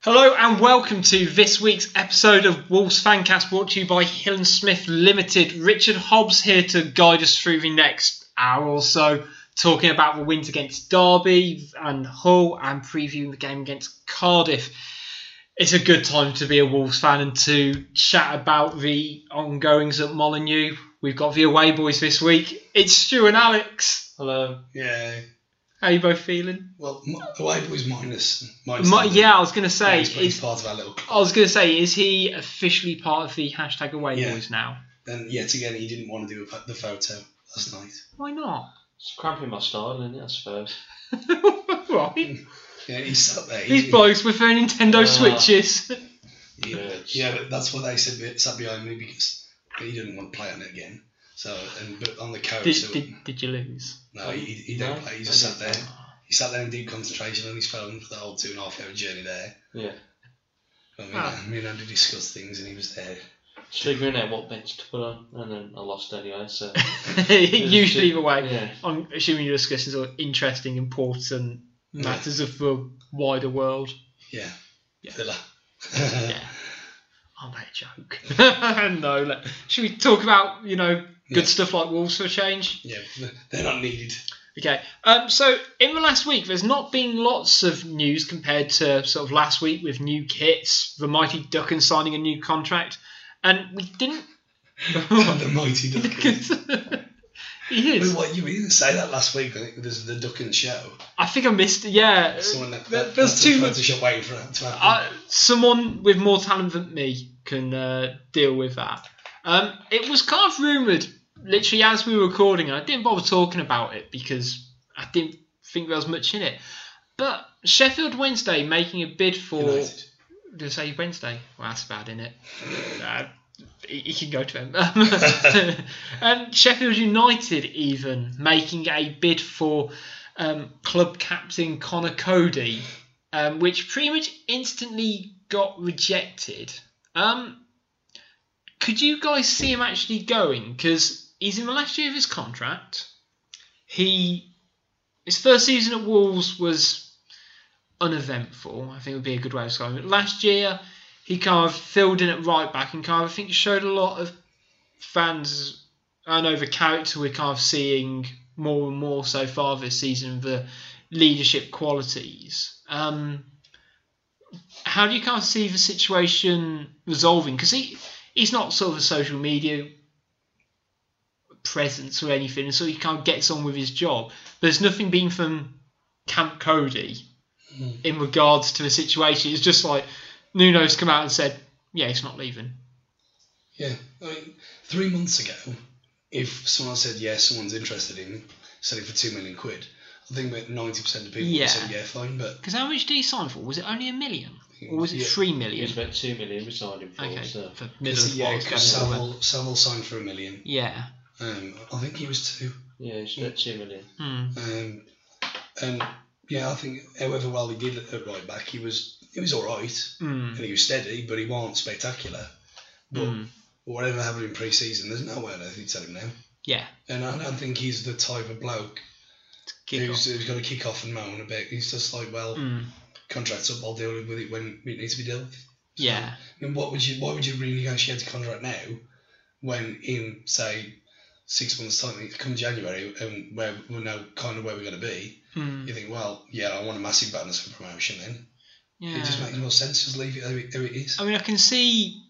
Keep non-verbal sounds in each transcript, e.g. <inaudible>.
Hello and welcome to this week's episode of Wolves Fancast brought to you by Hill and Smith Limited. Richard Hobbs here to guide us through the next hour or so, talking about the wins against Derby and Hull and previewing the game against Cardiff. It's a good time to be a Wolves fan and to chat about the ongoings at Molyneux. We've got the away boys this week. It's Stu and Alex. Hello. Yeah. How you both feeling? Well, m- away boys minus. minus My, London. yeah, I was going to say, he's, he's it's- part of our little. club. I was going to say, is he officially part of the hashtag away Yeah. boys now? And yet again, he didn't want to do a, po- the photo last night. Why not? It's cramping my style, isn't it, I suppose. right. Yeah, he sat there. These he- blokes with their Nintendo Ah. Switches. he- yeah, but that's what they said. be- Sat behind me because he didn't want to play on it again. So, and but on the coach, Did, so, did, did you lose? <laughs> no, Oh, he, he didn't No? play. He just sat Okay. there. He sat there in deep concentration on his phone for the whole two and a half hour journey there. Yeah. I mean, Ah. I mean, I had to discuss things, and he was there. It's figuring out what bench to put on, and then I lost anyway, so. Usually the way. Yeah. I'm assuming you're discussing sort of interesting, important Yeah. matters of the wider world. Yeah. Yeah. Villa. I'll make a joke. <laughs> no, let, should we talk about, you know, good Yeah. stuff like Wolves for a change? <laughs> yeah, they're not needed. Okay. Um, so in the last week, there's not been lots of news compared to sort of last week with new kits, the mighty Duckin signing a new contract, and we didn't. <laughs> <laughs> the mighty Duckin. he Wait, is. what you didn't say that last week? I think there's the duck and show. I think I missed. Yeah. Someone that, Uh, There- that there's that's too a much. Photoshop waiting for that to happen. I, someone with more talent than me can uh, deal with that. Um, it was kind of rumored, literally as we were recording, and I didn't bother talking about it because I didn't think there was much in it. But Sheffield Wednesday making a bid for. United. Did I say Wednesday? Well, that's bad, isn't it? uh, you can go to him. <laughs> um, Sheffield United even making a bid for um, club captain Connor Cody, um, which pretty much instantly got rejected. Um, could you guys see him actually going? Because he's in the last year of his contract. He his first season at Wolves was uneventful. I think would be a good way of describing it. Last year, he kind of filled in at right back and kind of I think showed a lot of fans. I know the character we're kind of seeing more and more so far this season, the leadership qualities. Um, how do you kind of see the situation resolving? Because he he's not sort of a social media presence or anything, so he kind of gets on with his job. There's nothing being from Camp Cody Hmm. in regards to the situation. It's just like Nuno's come out and said, "Yeah, he's not leaving." Yeah, I mean, three months ago, if someone said yes, someone's interested in him, selling for two million quid, I think about ninety percent of people Yeah. would said yeah, fine, but Because how much did he sign for? Was it only a million, or was it Yeah. three He million? was about 2 million we signed him for, Okay, so. for middle because of yeah, yeah, because Savile, Savile signed for a million. yeah. Um, I think he was two. Yeah, it's about 2 million. Hmm. Um, and yeah, I think however well he did at right back, he was he was all right. Hmm. and he was steady, but he wasn't spectacular. But Hmm. whatever happened in pre-season, there's no way on earth he'd sell him now. Yeah. And I don't think he's the type of bloke Kick who's, off. who's got to kick off and moan a bit. He's just like, well, Hmm. contract's up, I'll deal with it when it needs to be dealt with. Yeah. I mean, what would you, why would you renegotiate a contract now when in, say, six months' time, it's come January, and where we know kind of where we're going to be, Hmm. you think, well, yeah, I want a massive bonus for promotion then. Yeah. It just makes more sense, just leave it how it, how it is. I mean, I can see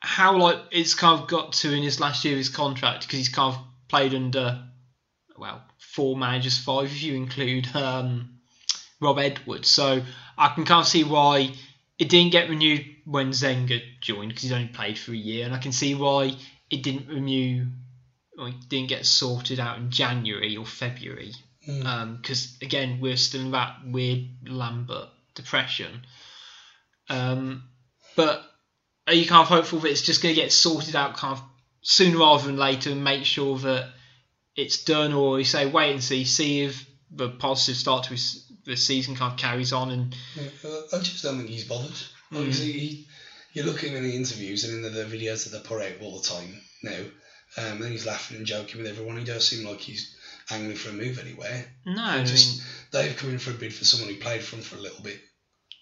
how like it's kind of got to in his last year of his contract because he's kind of played under well four managers, five if you include um, Rob Edwards. So I can kind of see why it didn't get renewed when Zenga joined because he's only played for a year, and I can see why it didn't renew. Or it didn't get sorted out in January or February Mm. because again we're still in that weird Lambert depression. Um, but are you kind of hopeful that it's just going to get sorted out kind of sooner rather than later and make sure that it's done, or you say wait and see, see if the positive start to his, the season kind of carries on and Yeah, I I just don't think he's bothered. Obviously, he, you look at him in the interviews and in the, the videos that they put out all the time now, um, and he's laughing and joking with everyone. He does seem like he's angling for a move anywhere. no, I mean, Just they've come in for a bid for someone who played for him for a little bit,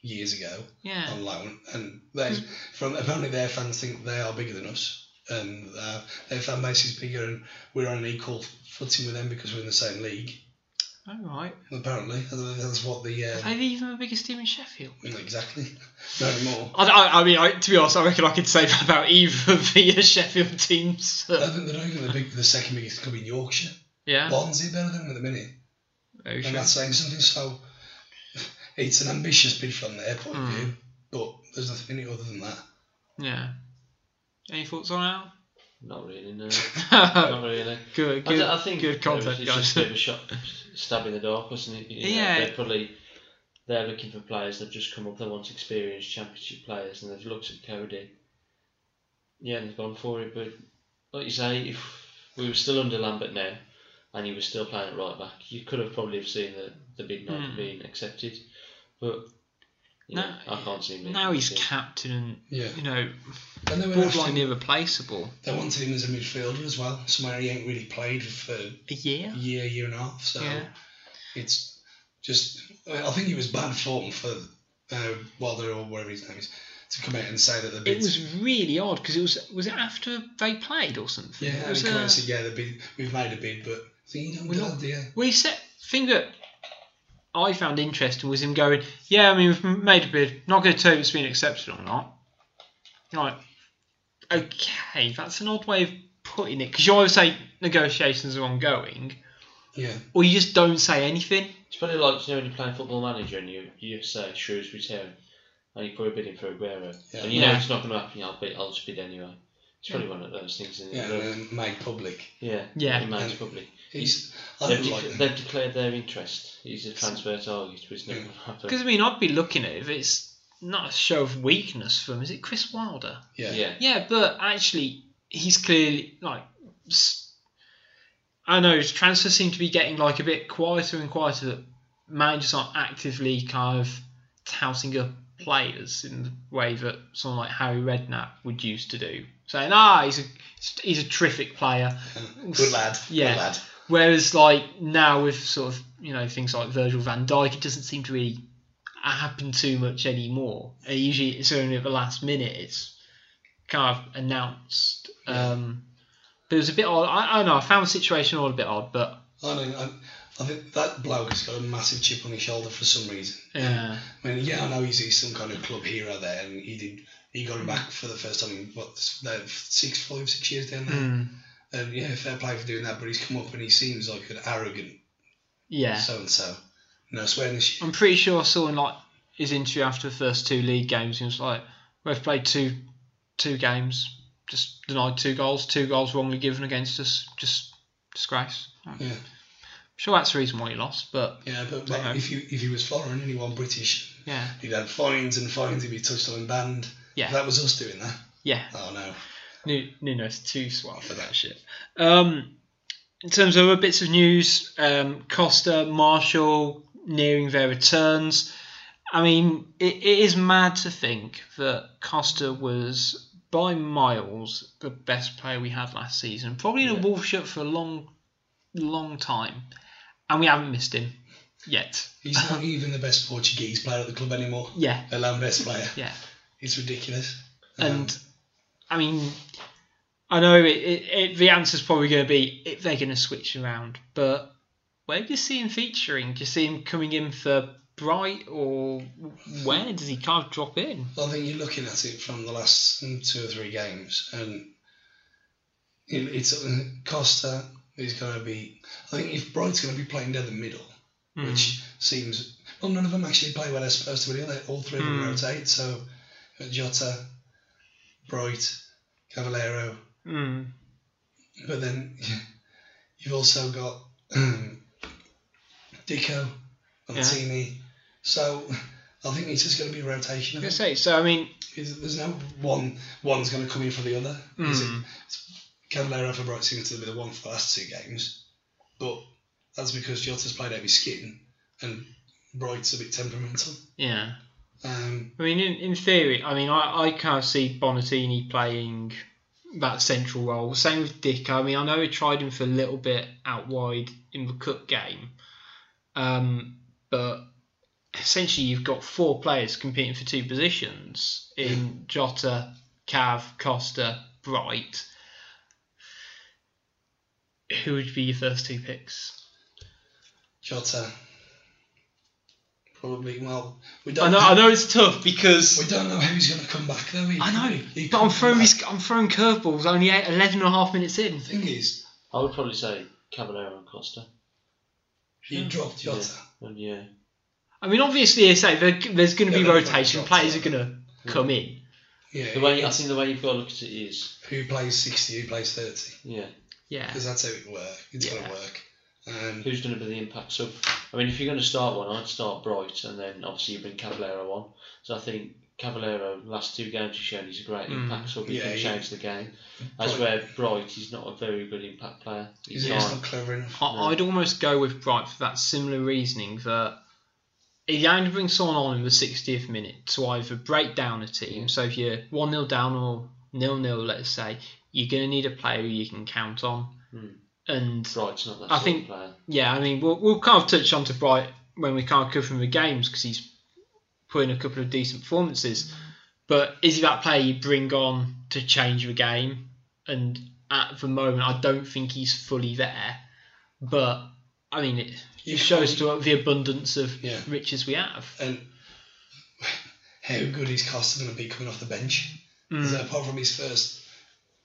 years ago Yeah. on loan, and they from apparently their fans think they are bigger than us, and uh, their fan base is bigger, and we're on an equal footing with them because we're in the same league. All right. Apparently, that's what the Are uh, they even the biggest team in Sheffield? exactly <laughs> no more. I, I, I mean, I, to be honest, I reckon I could say that about either of the uh, Sheffield teams. I think they're not even the, big, the second biggest club in Yorkshire. yeah. Barnsley are better than them at the minute. Very And true. that's saying something. So <laughs> it's an ambitious bid from their point of Mm. view, but there's nothing in it other than that. Yeah. Any thoughts on Not really, <laughs> no. that? Not really. <laughs> good, I, good, I think good content, it's guys. just <laughs> a bit of a shot, stab in the dark, wasn't it? You know, Yeah. They're probably they're looking for players. They've just come up. They want experienced championship players, and they've looked at Cody. Yeah, and they've gone for it. But like you say, if we were still under Lambert now, and he was still playing at right back, you could have probably have seen the the big nine Hmm. being accepted. But you know, No, I can't see him. Now he's being- captain and, Yeah. you know, And they, went after borderline him, irreplaceable. they wanted him as a midfielder as well, somewhere he ain't really played for a A year? year, year and a half. So Yeah. it's just, I mean, I think it was bad form for uh, Wilder or whatever his name is to come out and say that the It bid's. was really odd because it was was it after they played or something? yeah, It and was, come out uh, and say, yeah, the bid, we've made a bid, but so you don't We're do not- that, do you? Well, he said thing that I found interesting was him going, "Yeah, I mean, we've made a bid. Not going to tell you if it's been accepted or not." You're like, okay, that's an odd way of putting it because you always say negotiations are ongoing, Yeah. or you just don't say anything. It's probably like you know when you're playing football manager and you you say Shrewsbury Town and you put a bid in for Aguero Yeah. and you know Yeah. it's not going to happen. I'll bid. I'll just bid anyway. It's probably one of those things. Isn't it? Yeah, and then made public. yeah, Yeah. It makes And- probably. He's, I They've, don't de- like them. they've declared their interest. He's a transfer target, but it's not going to happen. Because I mean, I'd be looking at it if it's not a show of weakness from is it Chris Wilder? Yeah. <laughs> yeah. Yeah, but actually, he's clearly like. s- I know his transfers seem to be getting like a bit quieter and quieter. That managers aren't actively kind of touting up players in the way that someone like Harry Redknapp would used to do, saying, "Ah, he's a he's a terrific player." Good lad. Yeah. Good lad. Whereas like now with sort of you know things like Virgil Van Dijk, it doesn't seem to really happen too much anymore. Uh, usually it's only at the last minute it's kind of announced. Um, but it was a bit odd. I, I don't know. I found the situation all a bit odd, but I mean, I, I think that bloke has got a massive chip on his shoulder for some reason. yeah, I mean, yeah, I know he's, he's some kind of club hero there, and he did he got him back for the first time in what s- no, six, five, six years down there. mm, And yeah, fair play for doing that, but he's come up and he seems like an arrogant yeah. so and so. No swearing this shit. I'm pretty sure I saw in like his interview after the first two league games, he was like, "We've played two two games, just denied two goals, two goals wrongly given against us, just disgrace." Yeah, Sure, that's the reason why he lost, but yeah, but, but Okay. if you if he was foreign and he won British, yeah, he'd had fines and fines. He'd be touched on and banned. Yeah. If that was us doing that. yeah. Oh no. Nu- Nuno's too smart for that shit. Um, in terms of other bits of news, um, Costa, Marshall nearing their returns. I mean, it, it is mad to think that Costa was by miles the best player we had last season, probably in a Yeah. wolf shirt for a long, long time, and we haven't missed him yet. He's not even the best Portuguese player at the club anymore. Yeah, A land best player. yeah. It's ridiculous. And I mean, I know it, it, it, the answer's probably going to be if they're going to switch around, but where do you see him featuring? Do you see him coming in for Bright, or where does he kind of drop in? Um, I think you're looking at it from the last mm, two or three games, and it, it's uh, Costa is going to be. I think if Bright's going to be playing down the middle, Hmm. which seems well, none of them actually play where they're supposed to. Really, They- all three of them Mm. rotate. So uh, Jota, Bright, Cavallero, Mm. but then you've also got um, Dico, Montini. E. So I think it's just going to be a rotation. I of was it. gonna say, so I mean, Is, there's no one one's going to come in for the other. Is it? mm, Cavallero for Bright seems to be the one for the last two games, but that's because Jota's played out of his skin and Bright's a bit temperamental. yeah. Um, I mean, in, in theory, I mean, I, I kind of see Bonatini playing that central role. Same with Dick. I mean, I know we tried him for a little bit out wide in the Cup game, um, but essentially you've got four players competing for two positions in Jota, Cav, Costa, Bright. Who would be your first two picks? Jota. Probably. Well, we I don't. know, I know it's tough We because don't know who's going to come back though. He I know, could- he but could I'm come throwing back. these, I'm throwing curveballs only eight, 11 and a half minutes in. The thing is, I would probably say Caballero and Costa. he dropped Yeah. Jota. And yeah, I mean, obviously, as I say there, there's going to Yeah, be they're gonna rotation. drop Players are down. going to come in. Yeah. the way I think the way you've got to look at it is who plays sixty? Who plays thirty? yeah, Yeah. Because that's how it works. It's got Yeah. to work. Um, who's going to be the impact sub? I mean, if you're going to start one, I'd start Bright, and then obviously you bring Caballero on. So I think Caballero last two games he's shown he's a great Mm. impact sub. He Yeah, can he- change the game. As Bright- where Bright, he's not a very good impact player. He he's can't. not clever enough. I, I'd almost go with Bright for that similar reasoning that if you're going to bring someone on in the 60th minute to either break down a team, so if you're 1 0 down or nil nil, let's say, you're going to need a player who you can count on. Mm. And Bright's not that I sort think- of player. yeah, I mean, we'll, we'll kind of touch on to Bright when we can't cover him the games because he's put in a couple of decent performances. But is he that player you bring on to change the game? And at the moment, I don't think he's fully there. But I mean, it, You it shows to the abundance of Yeah. riches we have. And <laughs> how good is Costa going to be coming off the bench? Mm. So apart from his first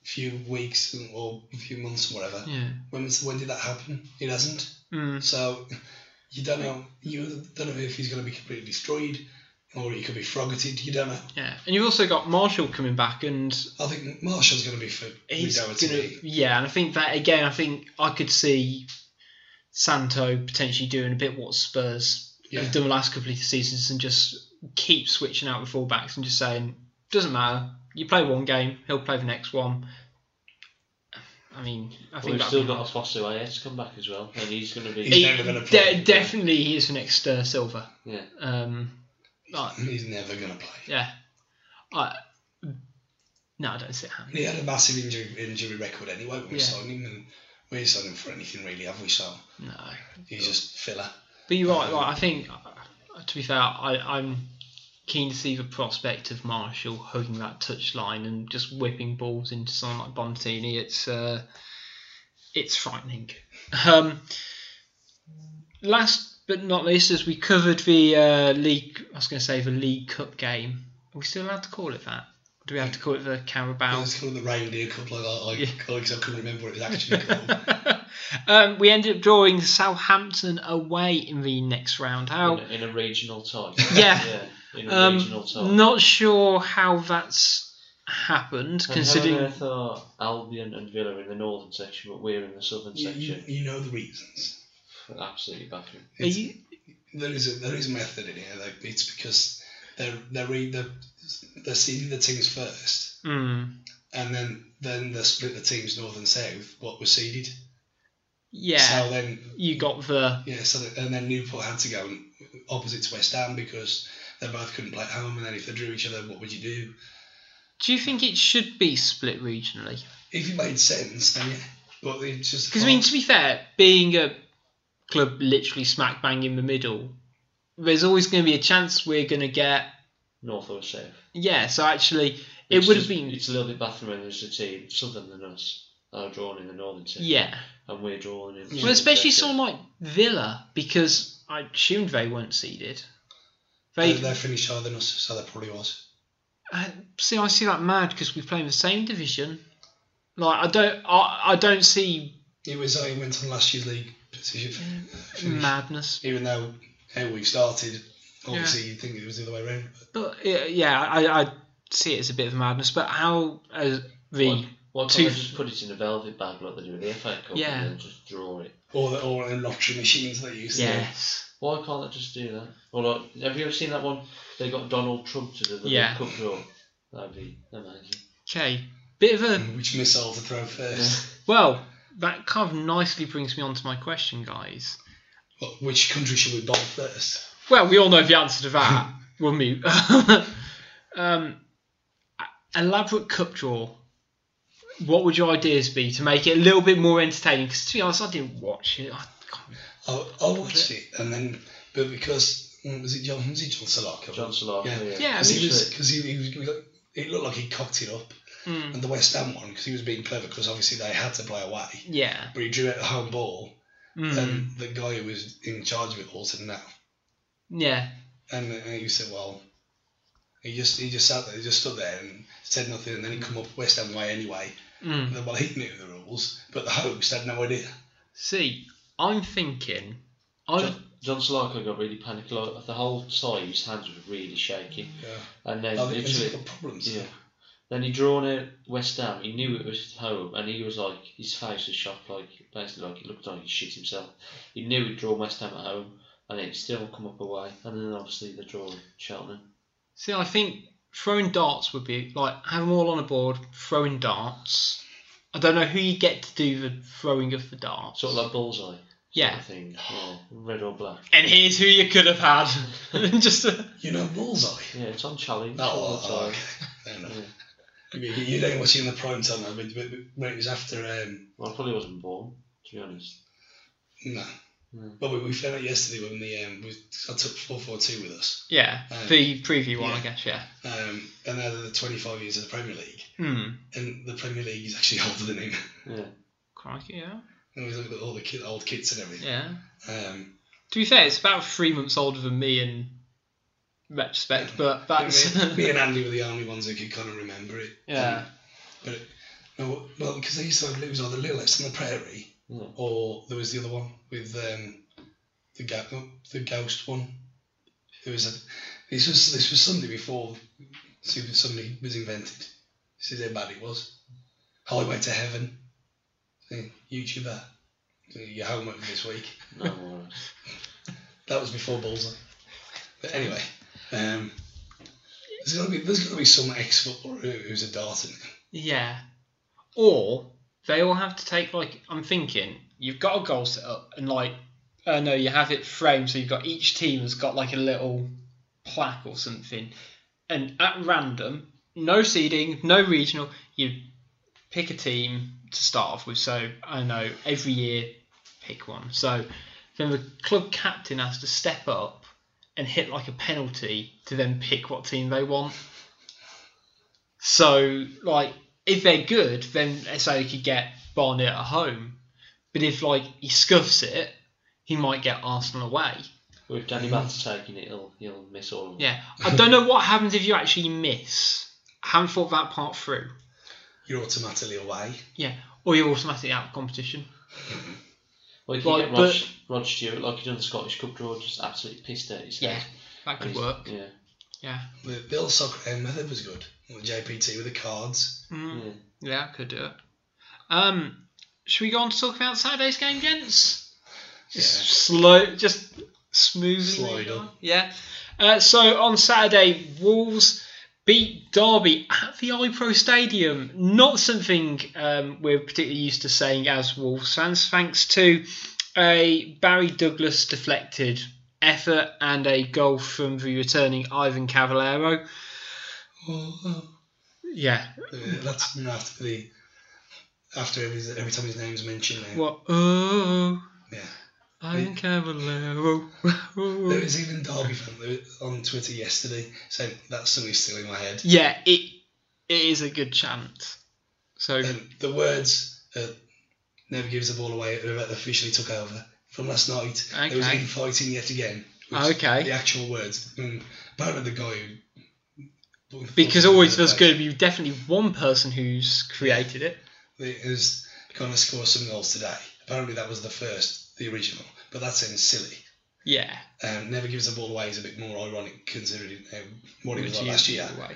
few weeks and- or a few months or whatever, Yeah. when was when did that happen? It hasn't. Mm. So you don't know. You don't know if he's going to be completely destroyed or he could be frogged. You don't know. Yeah. And you've also got Marshall coming back, and I think Marshall's going to be fit. he's with gonna, Doherty. yeah, and I think that again, I think I could see Santo potentially doing a bit what Spurs Yeah. have done the last couple of seasons and just keep switching out the fullbacks and just saying doesn't matter. You play one game, he'll play the next one. I mean, I Well, think we've that'd still be got hard. a Fosu AS come back as well, and he's going to be. He's He- never gonna de- play, yeah. definitely, he is the next uh, Silver. Yeah. Um, like, He's never going to play. yeah. I, no, I don't see it happening. He had a massive injury injury record anyway when we Yeah. signed him, and we ain't signed him for anything really, have we? So No. he's just filler. But you're right. Like, I think, uh, to be fair, I, I'm keen to see the prospect of Marshall hugging that touchline and just whipping balls into someone like Bontini. It's uh, it's frightening. Um, last but not least, as we covered the uh, league, I was going to say the League Cup game. Are we still allowed to call it that? Or do we have to call it the Carabao? It's called the reindeer cup, like I, I, because I couldn't remember what it was <laughs> actually called. <laughs> um, we ended up drawing Southampton away in the next round out. in, a, in a regional tie. <laughs> Yeah. in a regional Um, tie. not sure how that's happened, And how on considering. earth are Albion and Villa in the northern section, but we're in the southern You, you, section. you know the reasons. Absolutely baffling. Are you, There is a there is a method in here. Like, it's because they're they're re, they're, they're seeding the teams first, mm, and then then they split the teams north and south. What was seeded. yeah, So then you got the Yeah, so that, and then Newport had to go and opposite to West Ham because they both couldn't play at home, and then if they drew each other, what would you do? Do you think it should be split regionally? If it made sense, then yeah. But it's just Because I mean, to be fair, being a club literally smack bang in the middle, there's always going to be a chance we're going to get. North or south. Yeah, so actually, It's it would have just- been. It's a little bit baffling when there's a team southern than us that are drawn in the northern section, Yeah, and we're drawn in. The well, southern especially section. someone like Villa, because I assumed they weren't seeded. they They they finished higher than us, so that probably was. Uh, see, I see that mad because we play in the same division. Like I don't, I, I don't see It was uh, it went on last year's league position, Mm. finish. madness. even though how we started. Obviously, Yeah. you'd think it was the other way around. But uh, yeah, I, I see it as a bit of madness. But how uh, the Why, why can't two- they just put it in a velvet bag like they do with the FA Cup Yeah. and then just draw it? But, or the, or the lottery machines they used. to do. yes, Why can't they just do that? Or like, have you ever seen that one? They got Donald Trump to do the Yeah. Cup draw. That'd be amazing. okay, bit of a Which missile to throw first? well. That kind of nicely brings me on to my question, guys. What- Which country should we bomb first? Well, we all know the answer to that. we'll move. <laughs> um, elaborate cup draw. What would your ideas be to make it a little bit more entertaining? Because to be honest, I didn't watch it. I can't I, I watched it, and then but because mm, was it John? Was it John Salako? John Solar. Yeah. Yeah, Because he Literally. was because he, he was- he was like- it looked like he cocked it up, Mm. and the West Ham one because he was being clever because obviously they had to play away, Yeah. but he drew out a home ball, Um, Mm. Hmm. and the guy who was in charge of it all said no, yeah. and, and he said well. He just he just sat there, he just stood there and said nothing, and then he come up West Ham way anyway. Mm. And Hmm. then, well, he knew the rules, but the host had no idea. See, I'm thinking. I John, John Solarco got really panicked. Like, the whole time his hands were really shaking. Yeah, And then oh, the literally, physical problems. yeah. Then he drawn out West Ham. He knew it was home, and he was like, his face was shocked, like basically like he looked like he shit himself. He knew he'd drawn West Ham at home, and it still come up away. And then obviously the draw with Cheltenham. see. I think throwing darts would be like having them all on a board, throwing darts. I don't know who you get to do the throwing of the darts. Sort of like bullseye. sort of Yeah. Thing. Yeah. Red or black. And here's who you could have had. <laughs> Just uh, a, You know, bullseye. Yeah, it's on challenge. That all was the oh, time. okay. Fair enough. Yeah. You, you don't watch it in the prime time, though, but, but, but when it was after, um, Well, I probably wasn't born, to be honest. no. Yeah. Well, we, we found out yesterday when the um, we, I took 442 with us, yeah. Um, Uh, The preview one, I yeah. guess. Yeah. um, and they're the 25 years of the Premier League, Hmm. and the Premier League is actually <laughs> older than him. Yeah. Crikey. Yeah. and we look at all the kid, old kits and everything. Yeah. Um, To be fair, it's about three months older than me in retrospect, <laughs> but that's <laughs> me, me and Andy were the only ones who could kind of remember it. yeah. But, it, no, well, because they used to have, it was either Little X on the Prairie, Yeah. or there was the other one with um, the ga- no, the Ghost one. There was a, this was this was Sunday before Super Sunday was invented. This is how bad it was. Highway to Heaven. See, YouTuber. Do Your homework this week. No more. That was before Bullseye. But anyway, um, there's gotta be there's gotta be some ex footballer who- who's a darter. Yeah. Or they all have to take like I'm thinking you've got a goal set up and like uh, no you have it framed so you've got each team has got like a little plaque or something and at random no seeding no regional you pick a team to start off with so I don't know every year pick one so then the club captain has to step up and hit like a penalty to then pick what team they want so, like, if they're good, then let's say he could get Barnet at home. But if, like, he scuffs it, he might get Arsenal away. With Danny Batter taking it, he'll, he'll miss all of them. Yeah. I don't know what happens if you actually miss. I haven't thought that part through. You're automatically away. Yeah. Or you're automatically out of competition. Well, you can Right, get Rod, Rod Stewart, like he done the Scottish Cup draw, just absolutely pissed at his Yeah. head. That And could he's- work. Yeah. Yeah. The, the old soccer um, method was good. Or the JPT with the cards. Mm. Yeah. Yeah, I could do it. Um, should we go on to talk about Saturday's game, gents? Just Yeah. slow, just smoothly. Slide move on. on. Yeah. Uh, so on Saturday, Wolves beat Derby at the iPro Stadium. Not something um, we're particularly used to saying as Wolves fans, thanks to a Barry Douglas deflected effort and a goal from the returning Ivan Cavallero. Oh. Yeah. That's after the after every, every time his name's mentioned. uh, Now. What? Oh. Yeah. I'm Cavallero. <laughs> There was even Derby fan that was on Twitter yesterday saying that song is still in my head. yeah, it it is a good chant. So And the words uh, "Never gives the ball away" officially took over from last night. There was Okay. infighting yet again. which- okay, The actual words. And apparently the guy who because always there's going to be definitely one person who's created it. He has going to score some goals today. Apparently that was the first, the original. But that sounds silly. Yeah, Um, never gives the ball away is a bit more ironic considering um, what it was like Which last is year. away.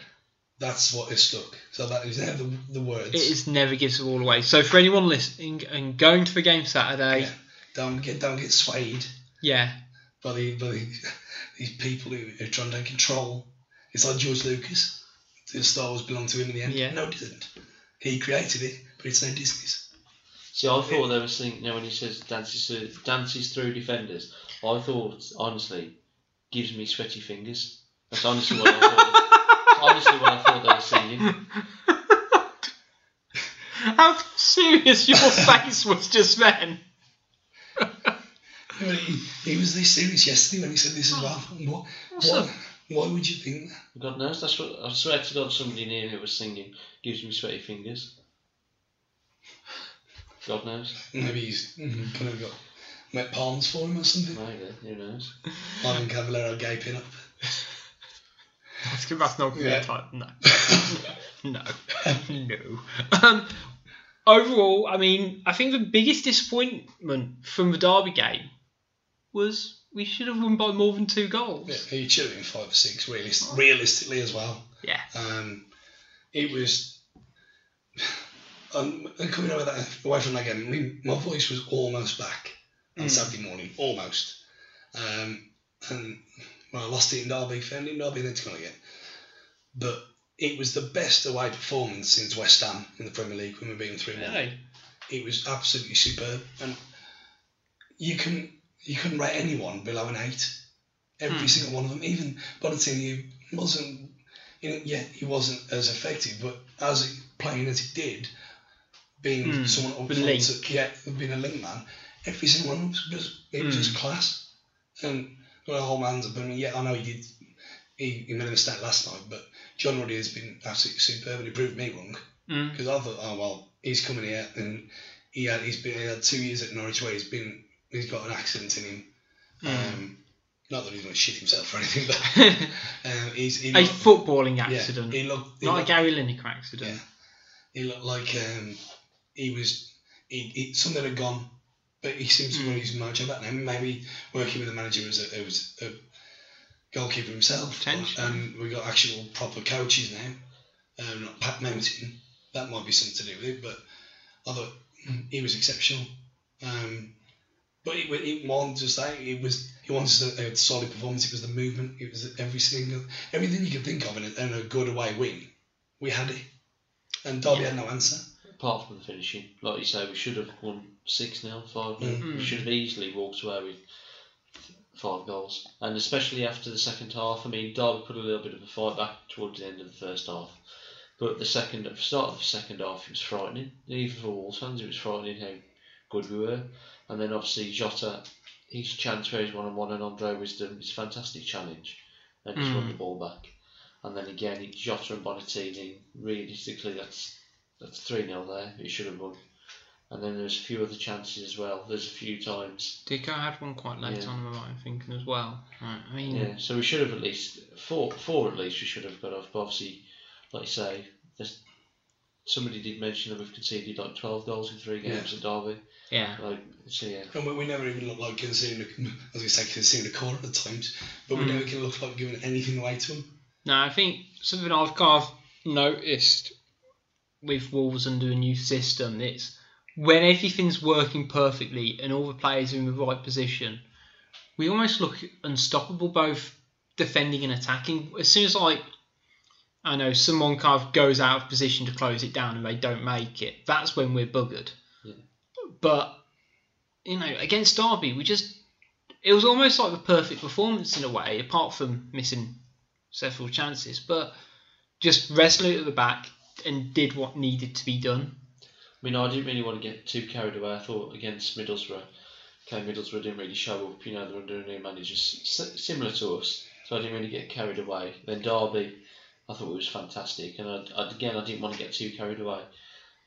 That's what is stuck. So that is now the, the words. It is never gives it all away. So for anyone listening and going to the game Saturday, yeah, Yeah. Don't get don't get swayed by the by the, these people who who are trying to control. It's like George Lucas. The Star Wars belonged to him in the end. Yeah. No, it didn't. He created it, but it's no Disney's. See, I thought there was thing. You know, when he says dances through, dances through defenders, I thought honestly, gives me sweaty fingers. That's honestly what I thought. honestly, what I thought they were singing. <laughs> how serious your face was just then. He, he was this serious yesterday when he said this as well. What, what, why would you think that? God knows, that's what I swear to God, somebody near me was singing "Gives Me Sweaty Fingers." God knows, Maybe he's mm-hmm, kind of got wet palms for him or something. maybe who knows? Ivan Cavallero gaping up. That's, that's not Yeah. yeah. type. No. no. no. Um, overall, I mean, I think the biggest disappointment from the Derby game was we should have won by more than two goals. Yeah, he should have been five or six realist, realistically as well. Yeah. Um, it was. <sighs> Um, and coming away, that, away from that game, we, my voice was almost back on Saturday morning, almost. Um, and when I lost it in Derby, found it in Derby, then to come again. But it was the best away performance since West Ham in the Premier League when we beat them 3 1 Hey. it was absolutely superb. And you can you couldn't rate anyone below an eight. Every single one of them, even Bonatini who wasn't. You know, yeah, he wasn't as effective, but as he- playing as he did, being someone up the front link. to- yeah, being a link man, every single one of them was just it was just class. And got a whole man's up. I mean, yeah, I know he did. He, he made a mistake last night, but John Ruddy has been absolutely superb, and he proved me wrong because I thought, oh well, he's coming here and he had he's been he had two years at Norwich where he's been he's got an accent in him. Hmm. Um, not that he's going to shit himself or anything, <laughs> but um, he's he Mm. A looked, footballing yeah, accident. he looked he not a looked, Gary Lineker accident. he looked like um, he was he, he something had gone, but he seems to Hmm. have his mojo back now. Maybe working with a manager as a, who was a goalkeeper himself, Potentially. and we got actual proper coaches now. Um, not Pat Mountain, that might be something to do with it, but I thought mm, he was exceptional. Um, but it, wa- it wasn't just that. It was it wasn't just a, a solid performance. It was the movement. It was every single everything you could think of in a, in a good away win. We had it, and Derby had no answer. Apart from the finishing, like you say, we should have won six 0 five 0 We should have easily walked away with five goals, and especially after the second half. I mean, Derby put a little bit of a fight back towards the end of the first half, but the second, at the start of the second half, it was frightening. Even for Wolves fans, it was frightening how good we were. And then obviously Jota, his chance where he's one on one, and Andre Wisdom is a fantastic challenge, and he's won the ball back. And then again, it's Jota and Bonatini. Realistically, that's that's three 0 there. He should have won. And then there's a few other chances as well. There's a few times Dico had one quite late Yeah. on, am I right in thinking as well? Right. I mean, Yeah, so we should have at least four, four at least we should have got off. But obviously, like you say, there's, somebody did mention that we've conceded like twelve goals in three games at Derby. yeah. Like, so yeah, And we, we never even looked like conceding, a- as we say, conceding a corner at times. But we never can look like giving anything away to them. No, I think something I've kind of noticed with Wolves under a new system it's when everything's working perfectly and all the players are in the right position, we almost look unstoppable both defending and attacking. As soon as like I know someone kind of goes out of position to close it down and they don't make it, that's when we're buggered. But you know, against Derby, we just it was almost like the perfect performance in a way, apart from missing several chances, but just resolute at the back and did what needed to be done. I mean, I didn't really want to get too carried away. I thought against Middlesbrough, okay, Middlesbrough didn't really show up. You know, they're under a new manager, s- s- similar to us. So I didn't really get carried away. Then Derby, I thought it was fantastic, and I, I, again, I didn't want to get too carried away.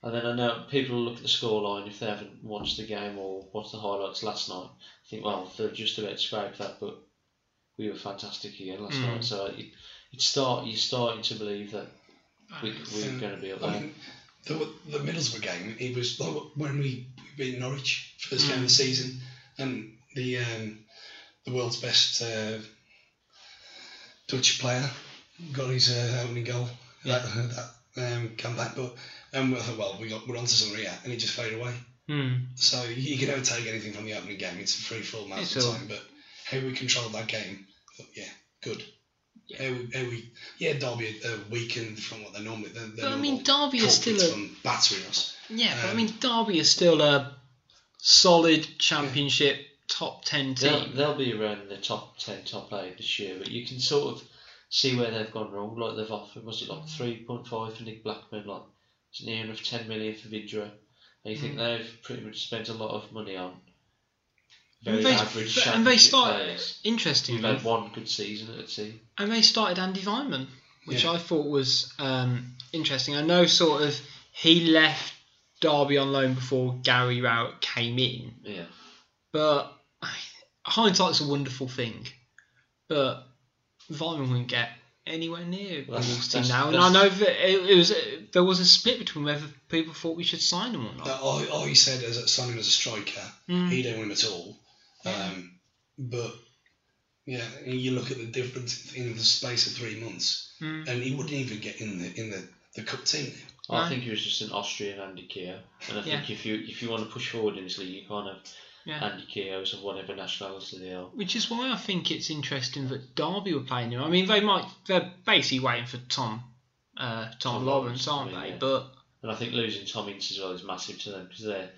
And then I know people will look at the scoreline if they haven't watched the game or watched the highlights last night. Think, well, they're just about to scrape that, but we were fantastic again last night. So it, it start you're starting to believe that we, we're going to be up I there. mean, the, the Middlesbrough game, it was like when we beat Norwich first game Mm. of the season, and the um, the world's best uh, Dutch player got his uh, opening goal that, that um, comeback. But um, I thought, well, we got, we're onto something here, and it just faded away. Hmm. So you can never take anything from the opening game. It's a free fall most of It's the all- time. But how we controlled that game, yeah, good. How, we, how we, yeah, Derby are weakened from what they normally. They're, they're But I mean, normal Derby are still a culprits from battering us. yeah, but I mean Derby is still a solid Championship top ten They'll, team. they'll be around the top 10, top 8 this year, but you can sort of see where they've gone wrong. Like they've offered, was it like Mm. 3.5 for Nick Blackman? Like it's near enough Mm. 10 million for Vidra. And you think they've pretty much spent a lot of money on very And they- average but- championship and they start- Mm. players. We've Interestingly, had one good season at sea. and they started Andy Vyman, which Yeah. I thought was um, interesting. I know sort of he left Derby on loan before Gary Rowett came in, Yeah. but <sighs> I, hindsight's a wonderful thing. But Vyman wouldn't get anywhere near the Well, that's- Wolves team that's- now, and I that's- know that it, it was there was a split between whether people thought we should sign him or not. That I, I said as a signing as a striker, Mm. he don't win at all. Um, but yeah, you look at the difference in the space of three months, Mm. and he wouldn't even get in the in the, the cup team. No. I think he was just an Austrian Andy Keogh. And I think if you if you want to push forward in this league, you can't have Yeah. Andy Keoghs of whatever nationality they are. Which is why I think it's interesting that Derby were playing him. I mean, they might they're basically waiting for Tom, uh, Tom, Tom Lawrence, Lawrence, aren't I mean, they? yeah. But And I think losing Tom Ince as well is massive to them because their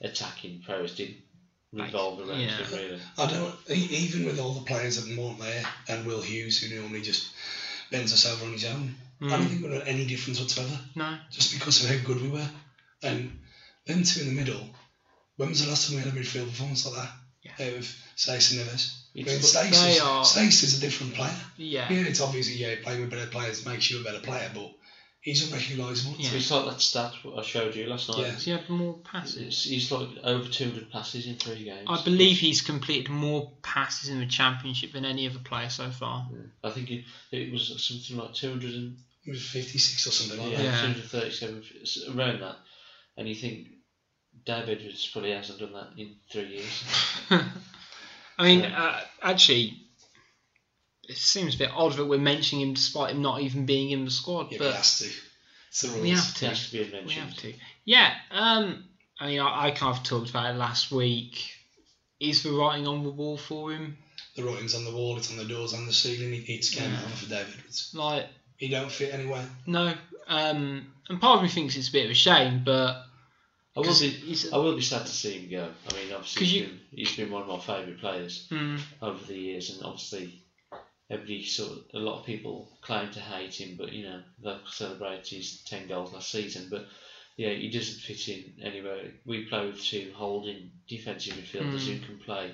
attacking prowess did revolve around Yeah. him, really. I don't e- even with all the players that weren't there and Will Hughes who normally just bends us over on his own. I Hmm. don't think we made any difference whatsoever mm, no, just because of how good we were. And them two in the middle. When was the last time we had a midfield performance like that? Yeah. Out of Stace and Neves. It's- Stace, they is- are- Stace is a different player. yeah, Yeah, it's obviously yeah, playing with better players makes you a better player, but he's unrecognisable. Yeah. It's like that stat what I showed you last night. Yeah. Does he have more passes? It's, he's like over 200 passes in three games. I believe he's completed more passes in the championship than any other player so far. I think it, it was something like 200 and He was fifty six or something like yeah, Yeah. 237, s- around that. And you think Dave Edwards probably hasn't done that in three years. <laughs> I mean, Yeah. uh, actually, it seems a bit odd that we're mentioning him despite him not even being in the squad. that. Yeah, but he but has to. It's the rules. we have It to. has to be We have mentioned. to. Yeah. Um. I mean, I, I kind of talked about it last week. Is the writing on the wall for him? The writing's on the wall, it's on the doors, on the ceiling. It- It's game Yeah. over for David Edwards. Like, He don't fit anywhere. no. Um. And part of me thinks it's a bit of a shame, but I will, Because be, he's- I will be sad to see him go. I mean, obviously, 'Cause he's you- been, he's been one of my favourite players. mm, over the years, and obviously everybody sort of, a lot of people claim to hate him, but you know they'll celebrate his ten goals last season. But yeah, he doesn't fit in anywhere. We play with two holding defensive midfielders who can play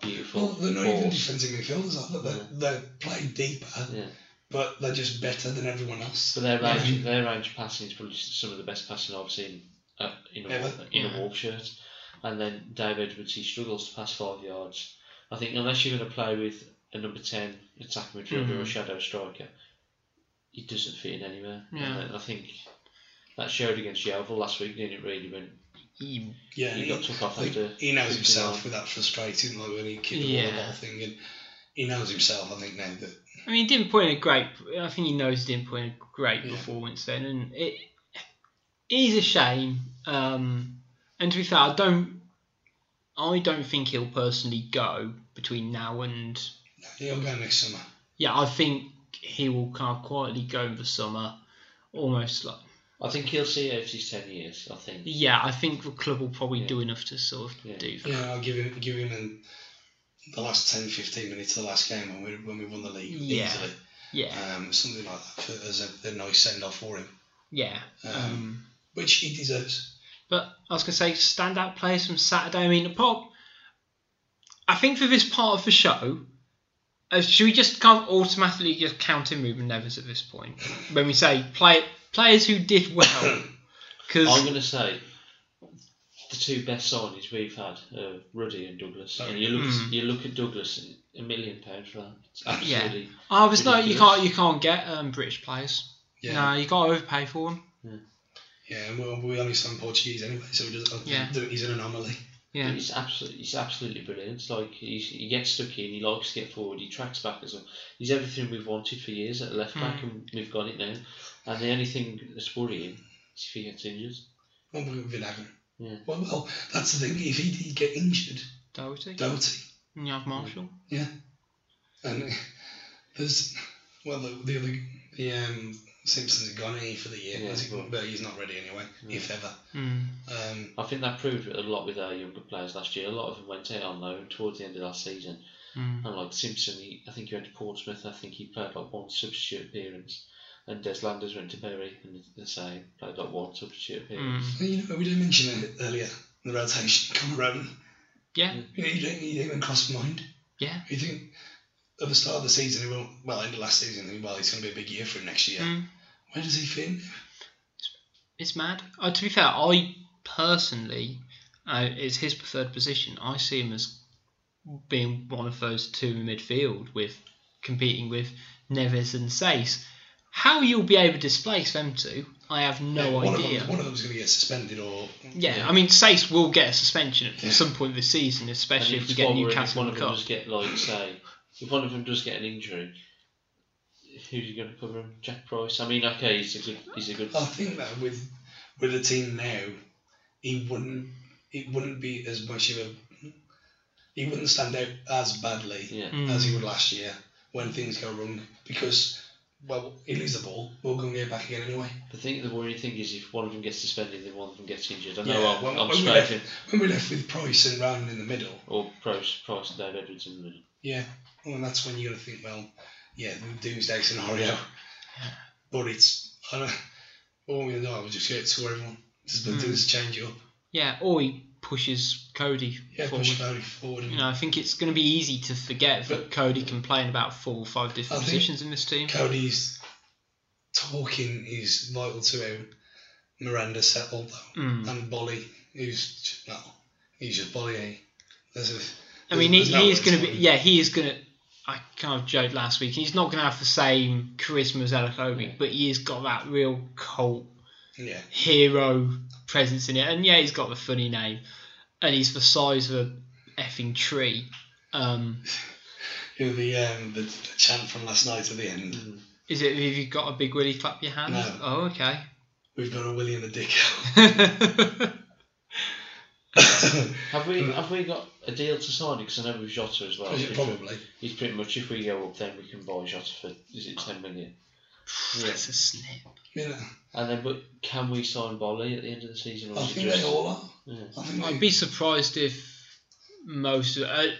beautiful Well, they're not even balls. defensive midfielders, are they? They they play deeper, Yeah, but they're just better than everyone else. but their range, their range of passing is probably some of the best passing I've seen uh, in a, Ever? in Yeah. a Wolf shirt. And then Dave Edwards, he struggles to pass five yards. I think unless you're going to play with a number ten attacking midfielder or a shadow striker, he doesn't fit in anywhere. Yeah. And I think that showed against Yeovil last week, didn't it? Really, when he- Yeah, he got took off like, after he knows 59. himself with that frustrating, like when he kicked the Yeah. ball ball thing, and he knows himself. I think now that I mean, he didn't put in a great. I think he knows he didn't put in a great Yeah. performance then, and it is a shame. Um. And to be fair, I don't. I don't think he'll personally go between now and he'll go next summer. yeah, I think he will kind of quietly go in the summer, almost like I think he'll see out his ten years. I think. yeah. I think the club will probably do enough to sort of Yeah. do that. Yeah, I'll give him give him in the last 10, 15 minutes of the last game when we when we won the league Yeah. easily. Yeah, Um, something like that for, as a, a nice send off for him, yeah. Um, which he deserves. but I was gonna say standout players from Saturday. I mean, pop. I think for this part of the show, uh, should we just kind of automatically just count in Ruben Neves at this point when we say play players who did well? I'm Because going to say the two best signings we've had are Ruddy and Douglas. And you look, you look at Douglas, a million pounds for that. It's Mm. yeah, absolutely. I was no, you ridiculous. can't you can't get um, British players. Yeah, No, you got to overpay for them. yeah, and we, we only sign Portuguese anyway, so he doesn't. Yeah. he's an anomaly. Yeah. It's absolutely, it's absolutely brilliant. It's like he, he gets stuck in, he likes to get forward, he tracks back as well. He's everything we've wanted for years at left back, Mm. and we've got it now. And the only thing that's worrying is if he gets injured. Well, we Vinagre. Yeah. Well, well, that's the thing. If he did get injured, Doherty. Doherty, And you have Marshall. yeah, and there's well the the other the um, Simpsons are gone in for the year, Yeah. has he? but he's not ready anyway, if ever. Mm. Um, I think that proved a lot with our younger players last year. A lot of them went out on loan towards the end of last season. Mm. And like Simpson, he, I think he went to Portsmouth. I think he played like one substitute appearance. And Deslanders went to Bury and the same played like one substitute appearance. Mm. You know, we didn't mention it earlier. The rotation, Conor Rowan. Yeah, You know, you don't need him in cross mind. yeah. You think at the start of the season, he went, well, end of last season, he- well, it's going to be a big year for him next year. Mm. Where does he fit in? It's mad. Uh, to be fair, I personally, uh, it's his preferred position. I see him as being one of those two in midfield with competing with Neves and Sace. How you'll be able to displace them two, I have no one idea. Of them, one of them's going to get suspended or. yeah, yeah. I mean, Sace will get a suspension at Yeah. some point this season, And especially if if we get Swatter- if Newcastle one in of the them cup. does get, like, say, if one of them does get an injury, who's he going to cover him? Jack Price. I mean, okay, he's a good, he's a good. I think that with with the team now, he wouldn't it wouldn't be as much of a he wouldn't stand out as badly Yeah. Mm. as he would last year when things go wrong because well he loses the ball we're going to get it back again anyway. The thing, the worrying thing is if one of them gets suspended, then one of them gets injured. I know Yeah, I'm, when- I'm when we scraping. When we're left with Price and Round in the middle, Or Price, Price, Dave Edwards in the middle. Yeah, well, and that's when you got to think, well, yeah, the doomsday scenario. But it's, I don't, all we know, we'll just get to everyone. Just Hmm. do this change up. Yeah, or he pushes Cody Yeah, forward. push Barry forward. And You know, I think it's going to be easy to forget that Cody can play in about four or five different I think- positions in this team. Cody's talking is vital to him. Miranda settled though, Mm. and Bolly, who's j- no, he's just Bolly. eh? There's a, I mean, he, there's no he is words going for to be. him. Yeah, he is going to. I kind of joked last week. He's not going to have the same charisma as Elakobi, Yeah. but he has got that real cult yeah. hero presence in it. And yeah, he's got the funny name, and he's the size of a effing tree. Um, He'll be um, the, the chant from last night at the end. is it? Have you got a big willy? Clap your hands. No. Oh, okay. We've got a Willie and a Dick. <laughs> Have we have we got a deal to sign? Because I know with Jota as well. If- Mm. Probably. He's pretty much if we go up, then we can buy Jota for is it ten million? Yeah. That's a snip. You know, And then, but can we sign Bolly at the end of the season? Or I is it think they just, all are. yeah. I think I'd they, be surprised if most. Of, I,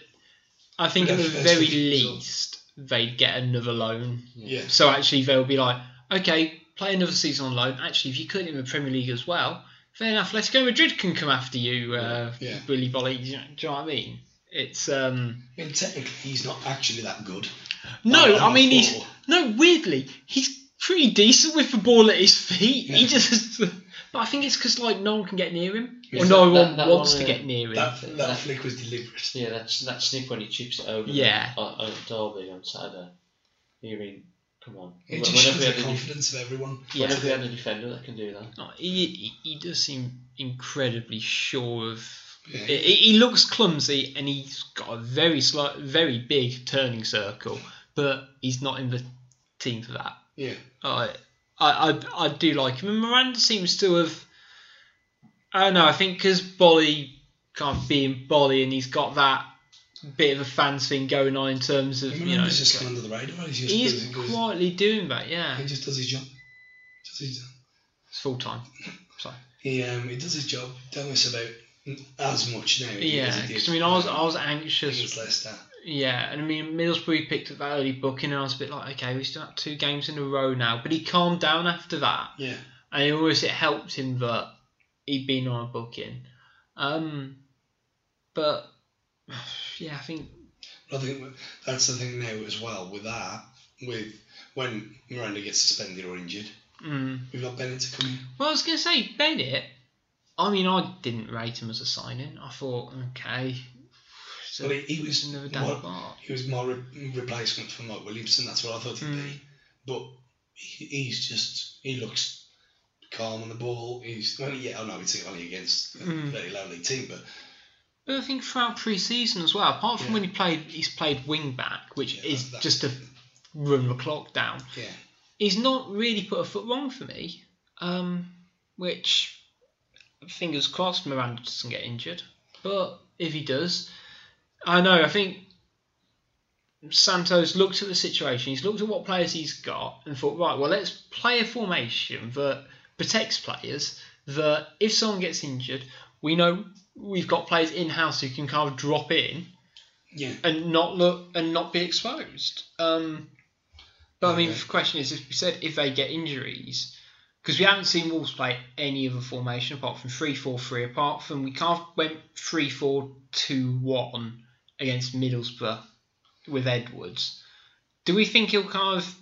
I think at the That's- that's very the result. least they'd get another loan yeah, So actually, they'll be like, okay, play another season on loan. Actually, if you couldn't in the Premier League as well, fair enough. Atletico Madrid can come after you, uh, Yeah. Willy Bolly. Do you, do you know what I mean? It's um, I mean technically he's not actually that good. no, On- on I mean the he's floor. no. Weirdly, he's pretty decent with the ball at his feet. He just, <laughs> but I think it's because like no one can get near him, or Is no that- one that wants to one, uh, get near him. That that That- flick was deliberate. Yeah, that's that snip when he chips it over. Yeah. On, on Derby on Saturday. You mean, come on. It When- just Whenever shows we the had a, def- confidence of everyone. Yeah. whenever we had a defender that can do that. No, he, he, he does seem incredibly sure of Yeah. He, he looks clumsy and he's got a very slight, very big turning circle, but he's not in the team for that. Yeah. I, I, I, I do like him. And Miranda seems to have. I don't know. I think because Bolly can't be in Bolly and he's got that bit of a fan thing going on in terms of you know Miranda's just gone under the radar. He's just he does- is he goes- quietly doing that. Yeah, he just does his job. Does his, it's full time. So he um he does his job. Don't miss about as much now. yeah, as he did. 'cause I mean, I was I was anxious against Leicester. Yeah, and I mean Middlesbrough picked up that early booking, and I was a bit like, okay, we still have two games in a row now. But he calmed down after that, Yeah, and it always it helped him that he'd been on a booking. Um, but <sighs> yeah, I think but I think that's the thing now as well with that with when Miranda gets suspended or injured, mm, we've got Bennett to come in. Well, I was going to say Bennett. I mean, I didn't rate him as a signing. I thought, okay, <sighs> so Well, he, he was another Dan what- Bart. He was my re- replacement for Mike Williamson. That's what I thought he'd Mm. be. But he, he's just he looks calm on the ball. He's well, yeah, I know it's only against a Mm. very lonely team, but But I think throughout pre-season as well, apart from Yeah. when he played, he's played wing back, which Yeah, is that- that- just to run the clock down. yeah, he's not really put a foot wrong for me. Um, which fingers crossed Miranda doesn't get injured. But if he does, I know. I think Santos looked at the situation. He's looked at what players he's got and thought, right, well, let's play a formation that protects players. That if someone gets injured, we know we've got players in house who can kind of drop in yeah. and not look and not be exposed. Um, but I mean, Okay. the question is, if we said if they get injuries, Because we haven't seen Wolves play any other formation apart from 3 4 3, apart from we can't went 3 4 2 1 against Middlesbrough with Edwards. Do we think he'll kind of.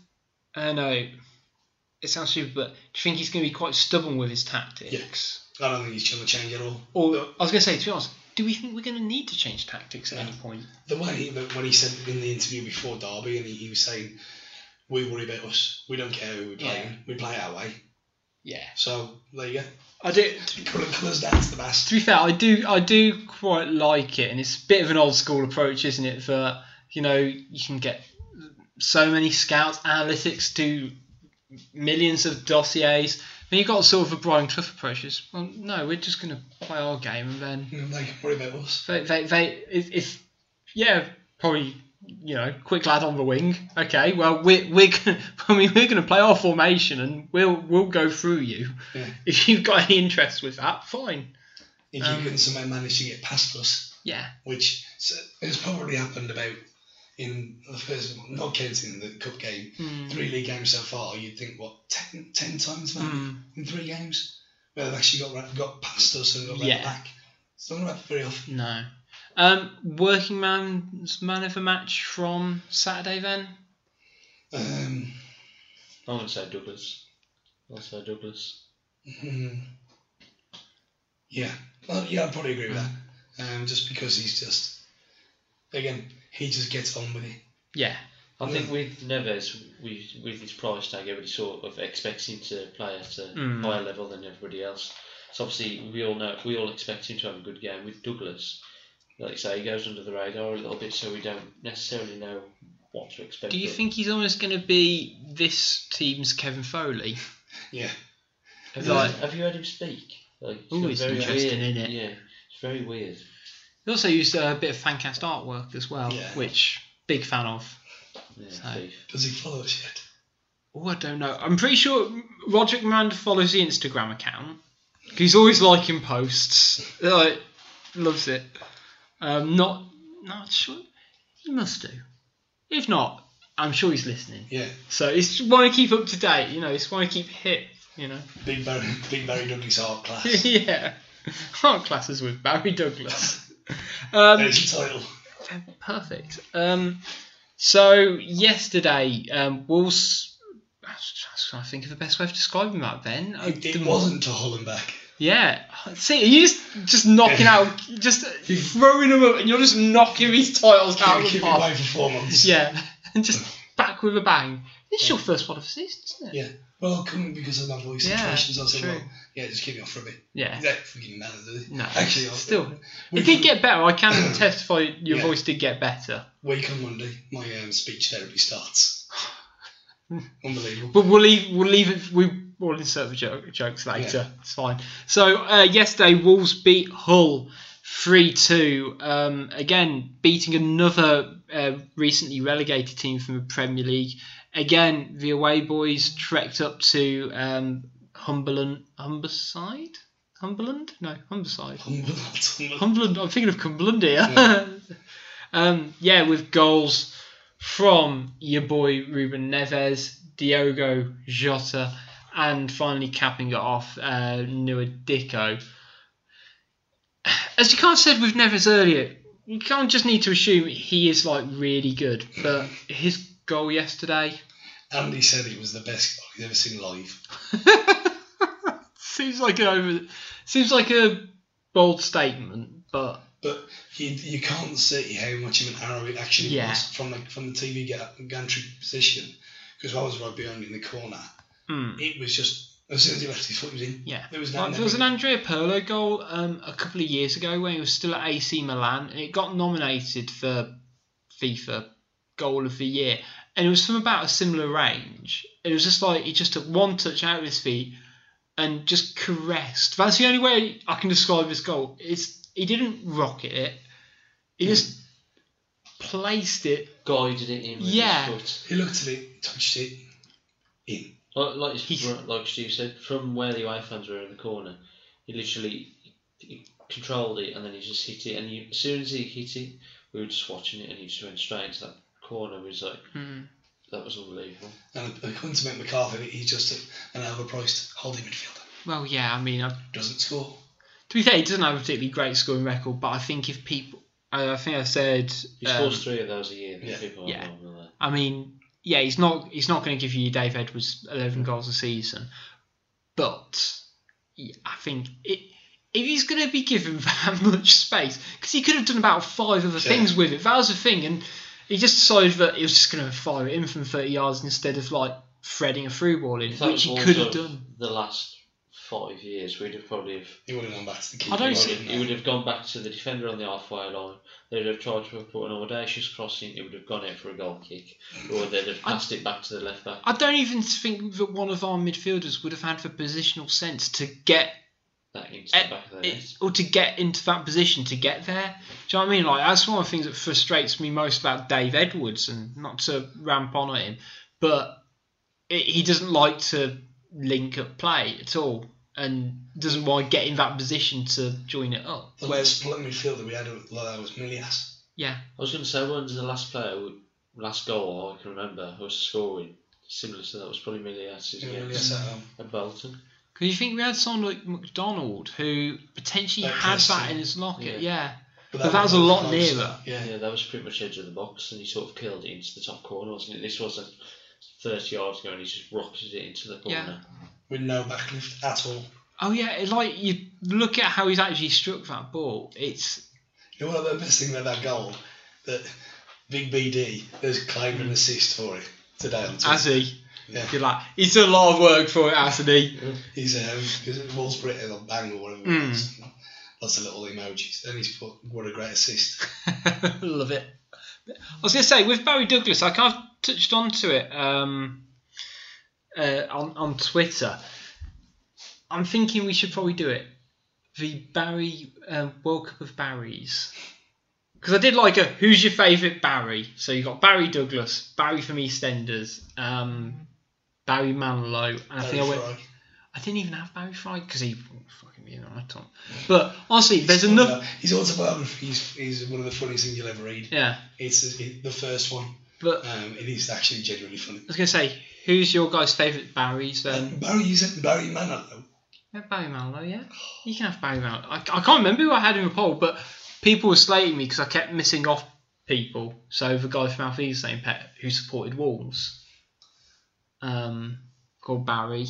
I don't know. It sounds stupid, but do you think he's going to be quite stubborn with his tactics? Yes. I don't think he's going to change at all. Or I was going to say, to be honest, do we think we're going to need to change tactics at any point? The way he, when he said in the interview before Derby, and he, he was saying, "We worry about us. We don't care who we play. Yeah. We play our way." Yeah, So there you go. I do. Colour colours down to the To best. be fair, I do. I do quite like it, and it's a bit of an old school approach, isn't it? That you know you can get so many scouts, analytics, do millions of dossiers. Then you've got sort of a Brian Clough approach. Is well, no, we're just going to play our game, and then You know, They can worry about us. they, they, they if, if yeah, probably you know, quick lad on the wing. Okay, well we're we're gonna, <laughs> I mean we're going to play our formation and we'll we'll go through you. Yeah. If you've got any interest with that, fine. If Um, you can somehow manage to get past us, Yeah, which s- has probably happened about in the first, not counting the cup game, Hmm. Mm. three league games so far. You'd think what 10, 10 times maybe Mm. in three games where they've actually got ra- got past us and got round Yeah. back. It's not about very often. no. Um, working man's man of the match from Saturday then. Um, I'm going to say Douglas. I'll say Douglas. Mm. Yeah, well, yeah, I'd probably agree with that. Um, just because he's just, again, he just gets on with it. Yeah, I think with Neves, we, with his price tag, everybody sort of expects him to play at a Mm. higher level than everybody else. So obviously, we all know we all expect him to have a good game. With Douglas, like you say, he goes under the radar a little bit, so we don't necessarily know what to expect. do you of him. think he's almost going to be this team's Kevin Foley? Yeah, Have, like- you, have you heard him speak? Like, Ooh, got it's very interesting, weird, isn't it? Yeah, it's very weird. He also used a bit of fancast artwork as well, Yeah. which big fan of. Yeah, So- thief. does he follow us yet? Oh, I don't know. I'm pretty sure Roderick Miranda follows the Instagram account. He's always liking posts. Like, loves it. Um, not, not sure. He must do. If not, I'm sure he's listening. Yeah, So he's want to keep up to date. You know, he's want to keep hip. You know. <laughs> big Barry, <laughs> big Barry Douglas art class. yeah. Art classes with Barry <laughs> Douglas. Um, There's your title. Perfect. Um, so yesterday, um, Wolves. I was trying to think of the best way of describing that. Then It, Uh, it wasn't to Hollenbeck. Yeah. See, are you just, just knocking out, just throwing them up, and you're just knocking these titles out Can't of the keep it park. away for four months. Yeah, <laughs> and just back with a bang. This is your first one of the season, isn't it? Yeah. Well, coming because of my voice Yeah, situations, I said, true. well, yeah, just keep me off for a bit. Yeah. That fucking matter, does it? No. Actually, I- still, we it did can- get better. I <coughs> can testify your Yeah. voice did get better. Week on Monday, my um, speech therapy <sighs> starts. Unbelievable. But we'll leave. We'll leave it. We, we'll insert the joke, jokes later. It's fine. So uh, yesterday, Wolves beat Hull three two. Um, again, beating another uh, recently relegated team from the Premier League. Again, the away boys trekked up to um, Humberland, Humberside, Humberland, no, Humberside. Humble, <laughs> humble. Cumberland. I'm thinking of Cumberland here. Yeah. <laughs> um, yeah, with goals from your boy Ruben Neves, Diogo Jota, and finally capping it off, uh, Nua Dicko. As you kind of said with Neves earlier, you kind of just need to assume he is like really good, but his goal yesterday <laughs> Andy said it was the best he's ever seen live. seems like an over, seems like a bold statement, but But you, you can't see how much of an arrow it actually Yeah. was from the, from the TV ga- gantry position. Because I was right behind in the corner. hmm. It was just, as soon as he left his foot, it was in. Yeah. There was, Like, no, there was an Andrea Pirlo goal um, a couple of years ago when he was still at AC Milan, and it got nominated for FIFA Goal of the Year, and it was from about a similar range. It was just like he just took one touch out of his feet and just caressed. That's the only way I can describe his goal. It's he didn't rocket it. He just placed it. Guided it in with Yeah. his foot. He looked at it, touched it, in. Like, like, He's- like Stu said, from where the away fans were in the corner, he literally he controlled it and then he just hit it. And you, Hmm. as soon as he hit it, we were just watching it and he just went straight into that corner. We was like, That was unbelievable. And according to Mick McCarthy, he's just an overpriced holding midfielder. Well, yeah, I mean, I, Doesn't score. to be fair, he doesn't have a particularly great scoring record, but I think if people, I, I think I said, He um, scores three of those a year. These yeah. people are Yeah. normal there. I mean, yeah, he's not he's not going to give you Dave Edwards eleven goals a season, but yeah, I think it, if he's going to be given <laughs> that much space, because he could have done about five other things with it. That was the thing, and he just decided that he was just going to fire it in from thirty yards instead of like threading a through ball in, If that which he was could have Wolves of done. The last five years, we'd have probably have He would have gone back to the keeper. I don't wouldn't see- he? He would have gone back to the defender on the halfway line. They'd have tried to put an audacious crossing. It would have gone out for a goal kick, or they'd have passed it back to the left back. I don't even think that one of our midfielders would have had the positional sense to get That into the back of the net. Eh, it, or to get into that position to get there. Do you know what I mean? Like that's one of the things that frustrates me most about Dave Edwards, and not to ramp on at him, but it, he doesn't like to link up play at all, and doesn't want to get in that position to join it up. The last split midfielder we had like that was Milias. Yeah, I was going to say, when's the last player, who- last goal I can remember, who was scoring similar to that was probably Miliatis Yeah, against Milias at home. at Bolton. because you think we had someone like McDonald who potentially Like had that Preston. in his locker. Yeah. Yeah. But that was a was lot close. nearer. Yeah. Yeah, that was pretty much edge of the box, and he sort of curled it into the top corner, wasn't it? This wasn't 30 yards ago, and he just rocketed it into the corner. With no backlift at all. Oh yeah, it- like you look at how he's actually struck that ball. It's You know what the best thing about that goal? That Big BD has claimed Mm. an assist for it today on Twitter. as he. Yeah. You're like, he's done a lot of work for it, hasn't he? He's um, because it was Britain on Bang or whatever. it Mm. was. Lots of little emojis. Then he's put what a great assist. <laughs> Love it. I was going to say with Barry Douglas, I kind of touched onto it um, uh, on on Twitter. I'm thinking we should probably do it. The Barry um, World Cup of Barrys. Because I did like a who's your favourite Barry. So you got Barry Douglas, Barry from EastEnders, um, Barry Manilow, and I Barry think I went. Fry. I didn't even have Barry Fry because he fucking you know my tongue. But honestly, there's He's enough. one of- His autobiography is, is one of the funniest things you'll ever read. Yeah, It's it, the first one. but Um, it is actually genuinely funny. I was gonna say, who's your guy's favourite Barry's then? Um, Barry, you said Barry Manilow. Yeah, Barry Manilow, yeah. You can have Barry Manilow. I, I can't remember who I had in the poll, but people were slating me because I kept missing off people. So the guy from Alfie's name pet who supported Wolves, um, called Barry.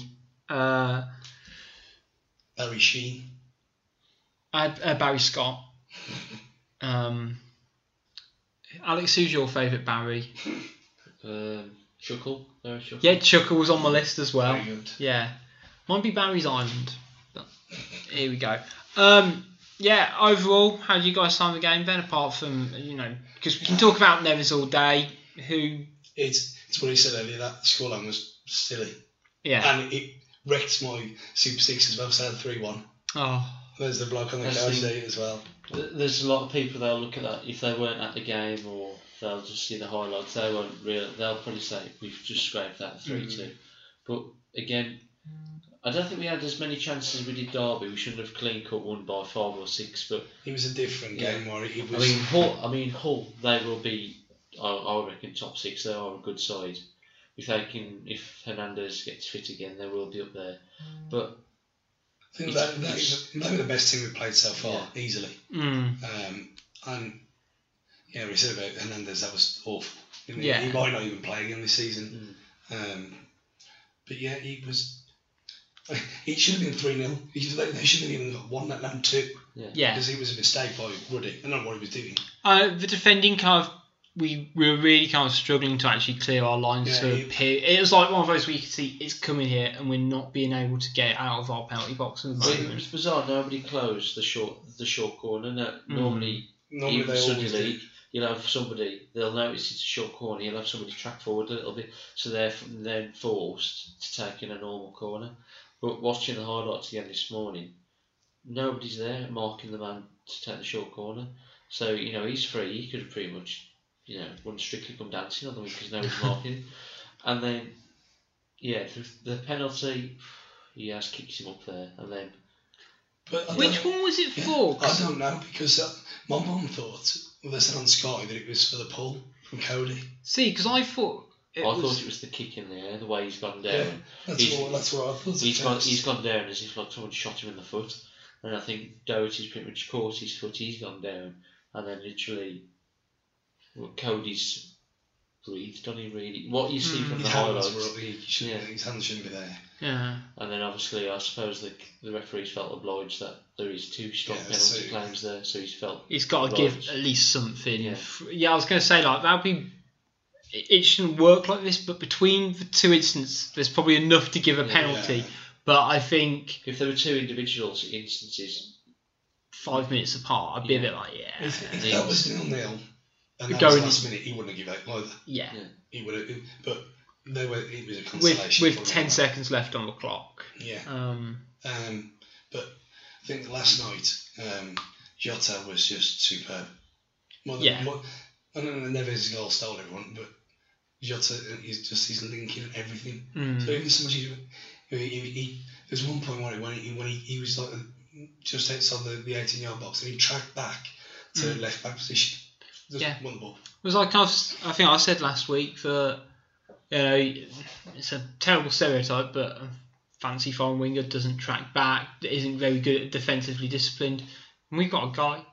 Uh, Barry Sheen. I had uh, Barry Scott. Um, Alex, who's your favourite Barry? Um, Shuckle, there, Shuckle. Yeah, Chuckle was on my list as well. Very good. Yeah. Might be Barry's Island. But here we go. Um, yeah, overall, how do you guys find the game then? Apart from, you know, because we can talk about Nevis all day, who, It's it's what he said earlier. That scoreline was silly, yeah. and it wrecked my Super Six as well. So three one. Oh, There's the bloke on the That's couch the- there as well. Th- There's a lot of people they'll look at that if they weren't at the game or they'll just see the highlights. They won't real. They'll probably say we've just scraped that three two. But again, I don't think we had as many chances as we did Derby. We shouldn't have clean cut one by five or six. But It was a different Yeah. game where it I was. mean Hull. I mean Hull. They will be. I, I reckon top six. They are a good side. If they can, if Hernandez gets fit again, they will be up there. But I think It's- that, that, is, that was the best team we've played so far, easily. mm, Um, and yeah, we said about Hernandez, that was awful. didn't he? Yeah. He might not even play again this season. Mm. Um, but yeah, he was. <laughs> It should have been 3 0. They should have even got one, let alone two. yeah. Because it was a mistake by Ruddy. I don't know what he was doing. Uh, the defending kind of, we, we were really kind of struggling to actually clear our lines Yeah, for you- appear. It was like one of those where you could see it's coming here and we're not being able to get out of our penalty box at the well, it moment. was bizarre. Nobody closed the short the short corner. No, Normally. Normally even they always suddenly do. you'll have somebody they'll notice it's a short corner you'll have somebody track forward a little bit so they're f- then forced to take in a normal corner but watching the highlights again this morning nobody's there marking the man to take the short corner so you know he's free he could have pretty much you know wouldn't strictly come dancing on the because no one's marking <laughs> him. and then yeah the, the penalty he has kicked him up there and then But I Which don't- one was it yeah, for? 'Cause- I don't know because uh, my mum thought, well, they said on Sky that it was for the pull from Cody. See, because I thought it I was- thought it was the kick in the air, the way he's gone down. Yeah, that's He's- what that's what I thought. He's at gone, first. he's gone down as if like someone shot him in the foot, and I think Doherty's pretty much caught his foot. He's gone down, and then literally, well, Cody's breathed on him really. What you see Mm. from His the hands highlights, were up. He shouldn't, Yeah. His hands shouldn't be there. yeah. and then obviously I suppose the the referees felt obliged that there is two strong Yeah, penalty so- claims there, so he's felt He's got to Right. give at least something. Yeah. Yeah, I was going to say like that'd be. It it shouldn't work like this, but between the two incidents, there's probably enough to give a Yeah. penalty. Yeah. But I think if there were two individuals instances, five minutes apart, I'd be a Yeah. bit like, yeah, If, he if that was- was nil nil, and that Going- was last minute, he wouldn't have given up either. yeah. He would have, but they were. It was a With consolation. with for ten him. seconds left on the clock. Yeah. Um, Um, but I think last night, um, Jota was just superb. More than, Yeah. more, I don't know, Neves' goal stole everyone, but Jota is just he's linking everything. mm, So even so much he, he, he, he- there's one point where he, when he when he, he was like just outside the, the 18 yard box and he tracked back to Mm. left back position. Just Yeah. won the ball. It was like I've, I think I said last week that you know it's a terrible stereotype, but a fancy foreign winger doesn't track back, isn't very good at defensively disciplined. And we've got a guy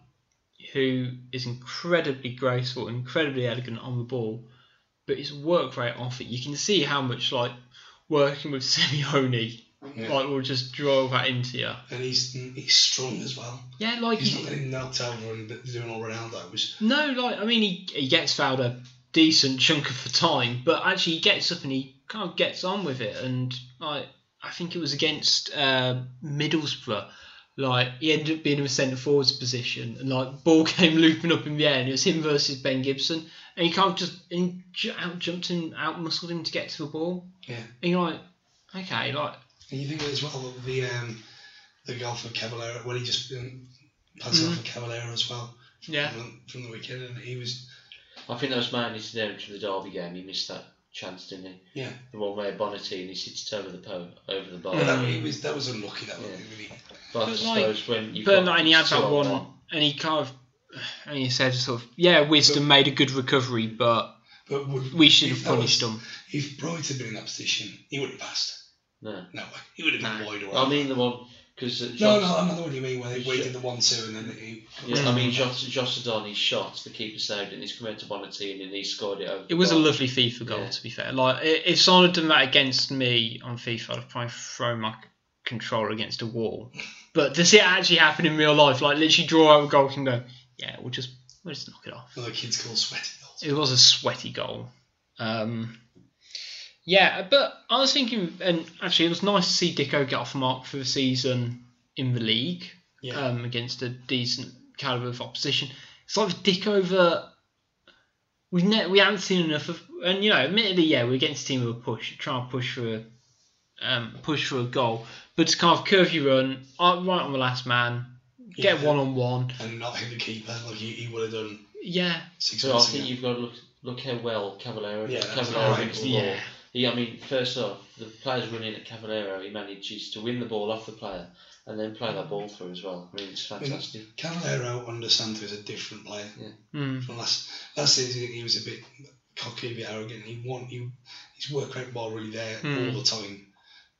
who is incredibly graceful, incredibly elegant on the ball, but his work rate off it, you can see how much like working with <laughs> Simeone, Yeah. like will just draw that into you. And he's he's strong as well. Yeah, like He's he- not getting knelt over and doing all Ronaldo's. No, like I mean, he, he gets fouled a decent chunk of the time, but actually he gets up and he kind of gets on with it. And like I think it was against uh, Middlesbrough, like he ended up being in a centre forwards position, and like ball <laughs> came looping up in the air, and it was him versus Ben Gibson, and he kind of just and out jumped him, out muscled him to get to the ball. Yeah. And you're like, okay, like And you think as well that the um, the goal for Caballero when he just um, passed it off for Caballero as well Mm-hmm. yeah, from, from the weekend and he was I think that was mainly to do to the Derby game. He missed that chance, didn't he? yeah The one where Bonatini sits over the po- over the bar. well, that, Mm. he was that was unlucky that one Yeah. really. But I But, suppose when you've But got like, and he had two that on one, and he kind of, and he said sort of, yeah, Wisdom made a good recovery, but but would, we should if have that punished was- him. if Bright had been in that position he would have passed No, No way. He would have been No. wide away. I mean the one because no, no, I know what you mean. Where they waited the one two and then he. Yeah, I mean Mm. Josh Adani shot the keeper saved it, and he's come out to Bonatini and he scored it over. It was a the bar. lovely FIFA goal, Yeah. to be fair. Like i- if someone had done that against me on FIFA, I'd have probably thrown my controller against a wall. But to see it actually happen in real life, like literally draw out a goal and go, yeah, we'll just we'll just knock it off. Other kids call sweaty goals. It was a sweaty goal. Um, yeah, but I was thinking, and actually, it was nice to see Dicko get off the mark for the season in the league Yeah. um, against a decent caliber of opposition. It's like the Dicko that we ne- we haven't seen enough of, and you know, admittedly, yeah, we're against a team who will push, try and push for a um, push for a goal, but to kind of curve your run uh, right on the last man, get Yeah. one on one, And not hit the keeper like he, he would have done yeah, six So I months think ago. you've got to look look how well Cavallero Yeah, that's Cavallero right. wins the ball. yeah, Yeah, I mean, first off, the player's running at Cavallero. He manages to win the ball off the player and then play that ball through as well. I mean, it's Mm-hmm. fantastic. Cavallero under Santo is a different player. mm, From last last season, he was a bit cocky, a bit arrogant. He want he, his work rate ball really there Hmm. all the time.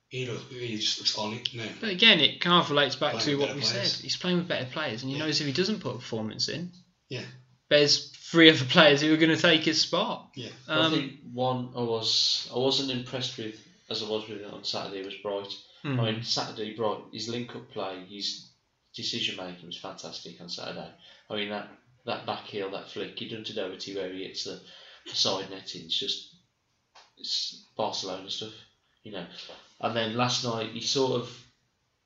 He look, he just looks on it now. But again, it kind of relates back Playing to with what better we players. said. He's playing with better players, and he Yeah. knows if he doesn't put a performance in, Yeah. there's three other players who are going to take his spot. Yeah. I Um, think one I was I wasn't impressed with as I was with it on Saturday was Bright. mm, Hmm. I mean Saturday Bright his link up play, his decision making was fantastic on Saturday. I mean that that back heel, that flick he done to Doherty where he hits the side netting, it's just it's Barcelona stuff, you know. And then last night he sort of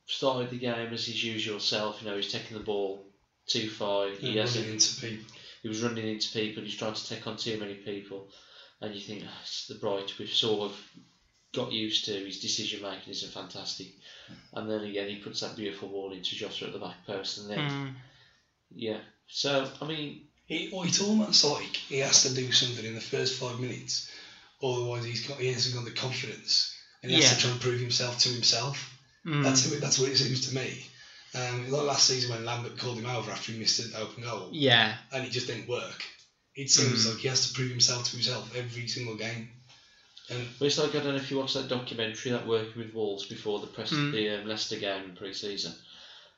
started the game as his usual self, you know, he's taking the ball too far, he Yeah, hasn't running into people. he was running into people, he's trying to take on too many people, and you think "Ah, it's the Bright we've sort of got used to. His decision making isn't fantastic, and then again he puts that beautiful ball into Jota at the back post, and then mm, yeah. So I mean, It, well, it's almost like he has to do something in the first five minutes, otherwise he's got, he hasn't got the confidence, and he has Yeah. to try and prove himself to himself. mm. That's who, that's what it seems to me. Um, like last season when Lambert called him over after he missed an open goal, yeah. and it just didn't work. It seems Mm. like he has to prove himself to himself every single game. And But it's like I don't know if you watched that documentary that working with Wolves before the press Mm. the um, Leicester game in pre-season,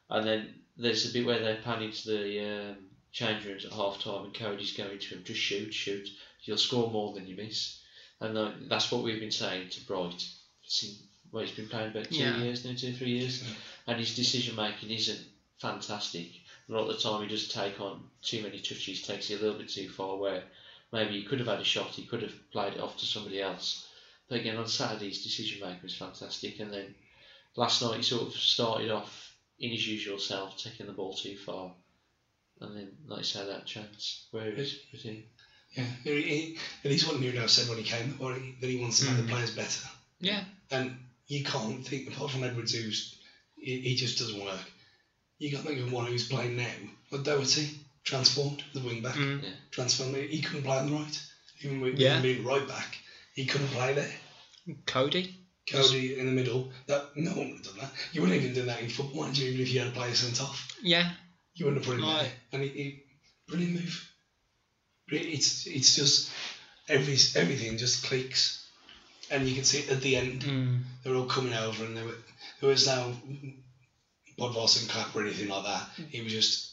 and then there's a bit where they're panning to the um, change rooms at half time and Cody's going to him, just shoot, shoot, you'll score more than you miss, and uh, that's what we've been saying to Bright. Since, well, he's been playing about two Yeah. years now, two three years, and his decision making isn't fantastic. A lot of the time, he does take on too many touches, takes it a little bit too far. Where maybe he could have had a shot, he could have played it off to somebody else. But again, on Saturday's decision making was fantastic, and then last night he sort of started off in his usual self, taking the ball too far, and then like you say that chance where it was pretty. yeah, he, he, and he's what Nuno said when he came, or he, that he wants to make Mm. the players better. Yeah. And you can't think apart from Edwards, who's he, he just doesn't work. You can't think of one who's playing now. But Doherty transformed the wing back, Mm. transformed. He couldn't play on the right, even with Yeah. him being right back. He couldn't play there. Cody. Cody in the middle. That no one would have done that. You wouldn't even do that in football, would you? Even if you had a player sent off. Yeah. You wouldn't have put him No. there. And he, he brilliant move. Bri- It's it's just every everything just clicks, and you can see at the end Mm. they're all coming over, and there were there was no Bodvars and clap or anything like that. It was just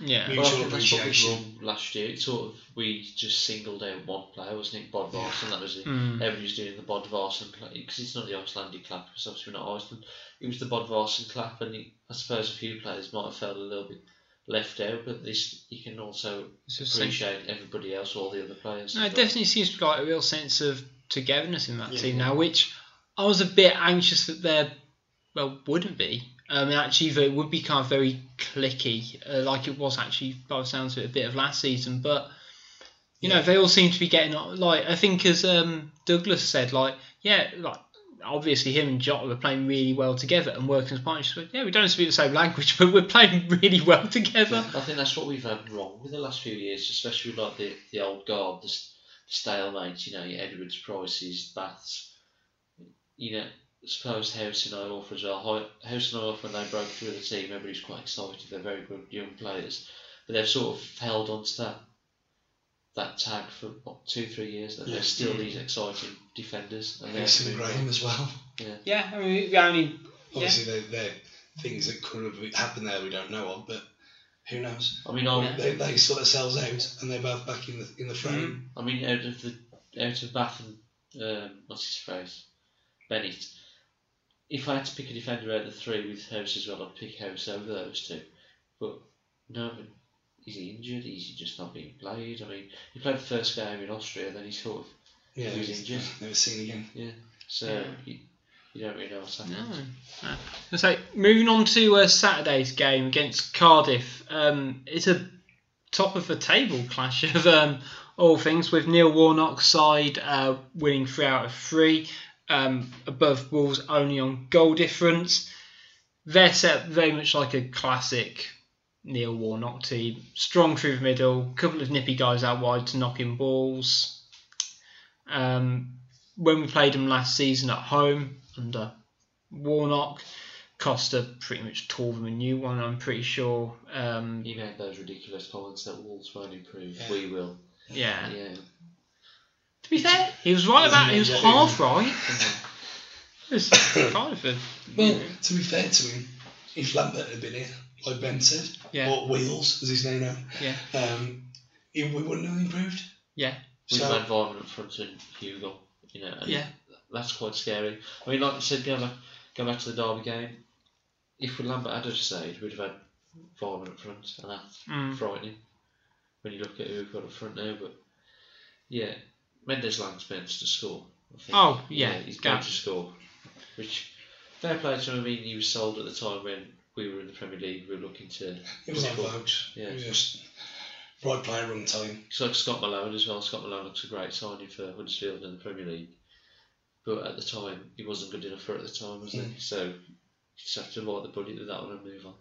Yeah. Mutual Well, I think that's what we appreciation. wrong last year. It sort of we just singled out one player, wasn't it? Bod Varson, that was it. Mm. Everybody was doing the Bod Varson clap because it's not the Icelandic clap because obviously we're not Iceland. It was the Bod Varson clap, and it, I suppose a few players might have felt a little bit left out, but this you can also It's just like- appreciate everybody else, all the other players. No, as it well. definitely seems to be like a real sense of togetherness in that Yeah. team now, which I was a bit anxious that there, well, wouldn't be. Um, and actually, that it would be kind of very clicky, uh, like it was actually by the sounds of it a bit of last season. But you know, Yeah. they all seem to be getting on. Like I think, as um, Douglas said, like yeah, like obviously him and Jota were playing really well together and working as partners. But, yeah, we don't speak the same language, <laughs> but we're playing really well together. I think that's what we've had wrong with the last few years, especially with like the, the old guard, the, s- the stalemates, you know, your Edwards, Prices, Bats, you know, suppose House and Iorf as well. Ho- House and Iorf, when they broke through the team, everybody's quite excited, they're very good young players, but they've sort of held on to that that tag for what, two, three years, that Yeah. they're still these exciting defenders. And they have to Mason move on. Graham as well. Yeah, I mean, we only Obviously, they're, they're things that could have happened there we don't know of, but who knows? I mean, I, Yeah. They, they sort themselves out, and they're both back in the in the frame. I mean, out of the out of Bath and um, what's his phrase, Bennett. If I had to pick a defender out of the three with House as well, I'd pick House over those two. But no, but is he injured? Is he just not being played? I mean, he played the first game in Austria, then he sort of Yeah, He was he's injured. never seen again. so Yeah. you, you don't really know what's happening. Oh, No. So moving on to uh, Saturday's game against Cardiff, um, it's a top of the table clash <laughs> of um, all things with Neil Warnock's side uh, winning three out of three, um, above Wolves only on goal difference. They're set very much like a classic Neil Warnock team, strong through the middle, couple of nippy guys out wide to knock in balls. Um, when we played them last season at home under Warnock. Costa pretty much tore them a new one, I'm pretty sure. Um, He made those ridiculous comments that Wolves won't improve. Yeah. We will. yeah. Yeah. To be fair, he was right about he was Yeah. half right. It was <coughs> kind of a, Well, to be fair to him, if Lambert had been here, like Ben said, Yeah. or Wheels, as his name now, yeah, um, he, we wouldn't have improved. yeah, We've So- had Varman up front and Hugo, you know, and yeah, that's quite scary. I mean, like I said, going back, going back to the Derby game, if Lambert had have stayed, we'd have had Varman up front, and that's mm, frightening when you look at who we've got up front now. But yeah, Mendes Lang's meant to score. I think. Oh, yeah, he's yeah. going to score. Which, fair play to him, I mean, he was sold at the time when we were in the Premier League, we were looking to. It was not Cool. about. Yeah. It was just right player, wrong time. It's like Scott Malone as well. Scott Malone looks a great signing for Huddersfield in the Premier League, but at the time he wasn't good enough for it at the time, was he? So you just have to bite the bullet with that one and move on.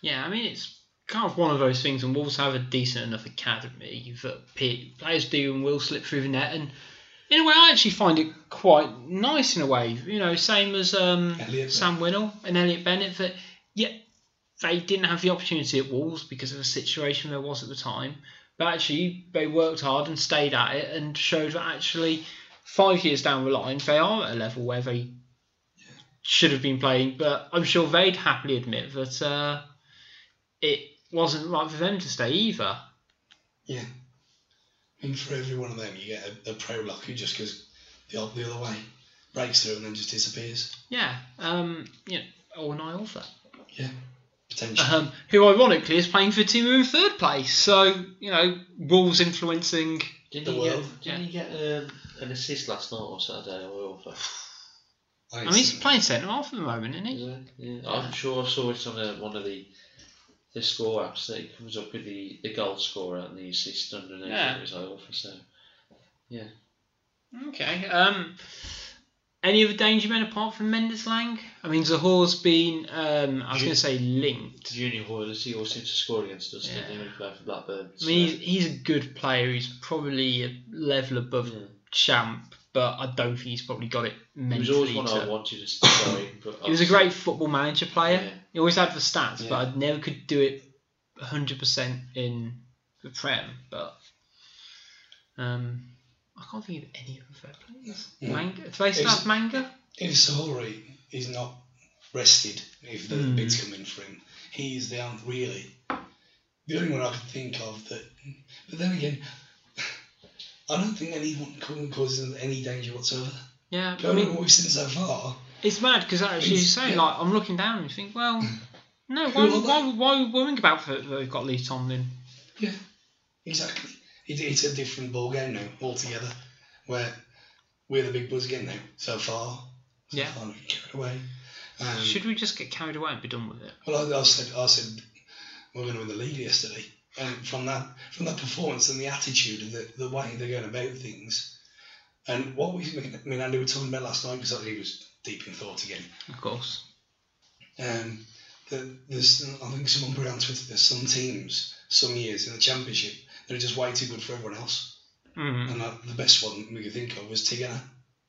yeah. I mean, it's kind of one of those things, and Wolves have a decent enough academy that pe- players do and will slip through the net. And in a way, I actually find it quite nice. In a way, you know, same as um, Elliot Sam Winnell and Elliot Bennett. That yeah, they didn't have the opportunity at Wolves because of the situation there was at the time. But actually, they worked hard and stayed at it and showed that actually five years down the line, they are at a level where they should have been playing, but I'm sure they'd happily admit that uh, it wasn't right for them to stay either. Yeah. I mean, for every one of them, you get a, a pro lock who just goes the, odd- the other way, breaks through, and then just disappears. Yeah, um, you know, or an eye author, Yeah. Potentially. um, who ironically is playing for a team who are in third place. So you know, Wolves influencing. Didn't The he world. get, didn't he get um, an assist last night or Saturday or whatever? I mean, he's playing centre half at the moment, isn't he? <laughs> Yeah, yeah. I'm sure I saw it on a, one of the the score apps that it comes up with the, the goal scorer and the assist underneath Yeah. it was over. So Okay. Um, any other danger men apart from Mendes Lang? I mean, Zahor's been. Um, I was Ju- going to say linked. Junior Hoyles, he also seemed to score against us, didn't he, when he played for Blackburn? I So, mean, he's, he's a good player. He's probably a level above Yeah. Champ, but I don't think he's probably got it he mentally. was always one I to- wanted to play. But He was a obviously- great football manager player. Yeah. He always had the stats, Yeah. but I never could do it 100% in the Prem. But um, I can't think of any of their players. Yeah. Manga? Do they still It's- have Manga? If Sahori is not rested, if the Hmm. bids come in for him, he is down really. The only one I could think of that. But then again, <sighs> I don't think anyone ca- causes any danger whatsoever. Yeah, I Going on mean, what we've seen so far, it's mad because actually It's- you're saying, yeah. like, I'm looking down and you think, well, no, Who why, are they? why, why, why worrying about that they've got Lee Tomlin? exactly. It, it's a different ball game now altogether, where we're the big buzz again now. So far, so Yeah. far, not carried away. Um, Should we just get carried away and be done with it? Well, I, I said, I said, we're going to win the league yesterday, and from that, from that performance and the attitude and the, the way they're going about things, and what we, I mean, Andy, we were talking about last night because he was deep in thought again. Of course. Um, the, there's, I think someone put it on Twitter. There's some teams, some years in the championship, that are just way too good for everyone else. Mm. And that, the best one we could think of was Tigana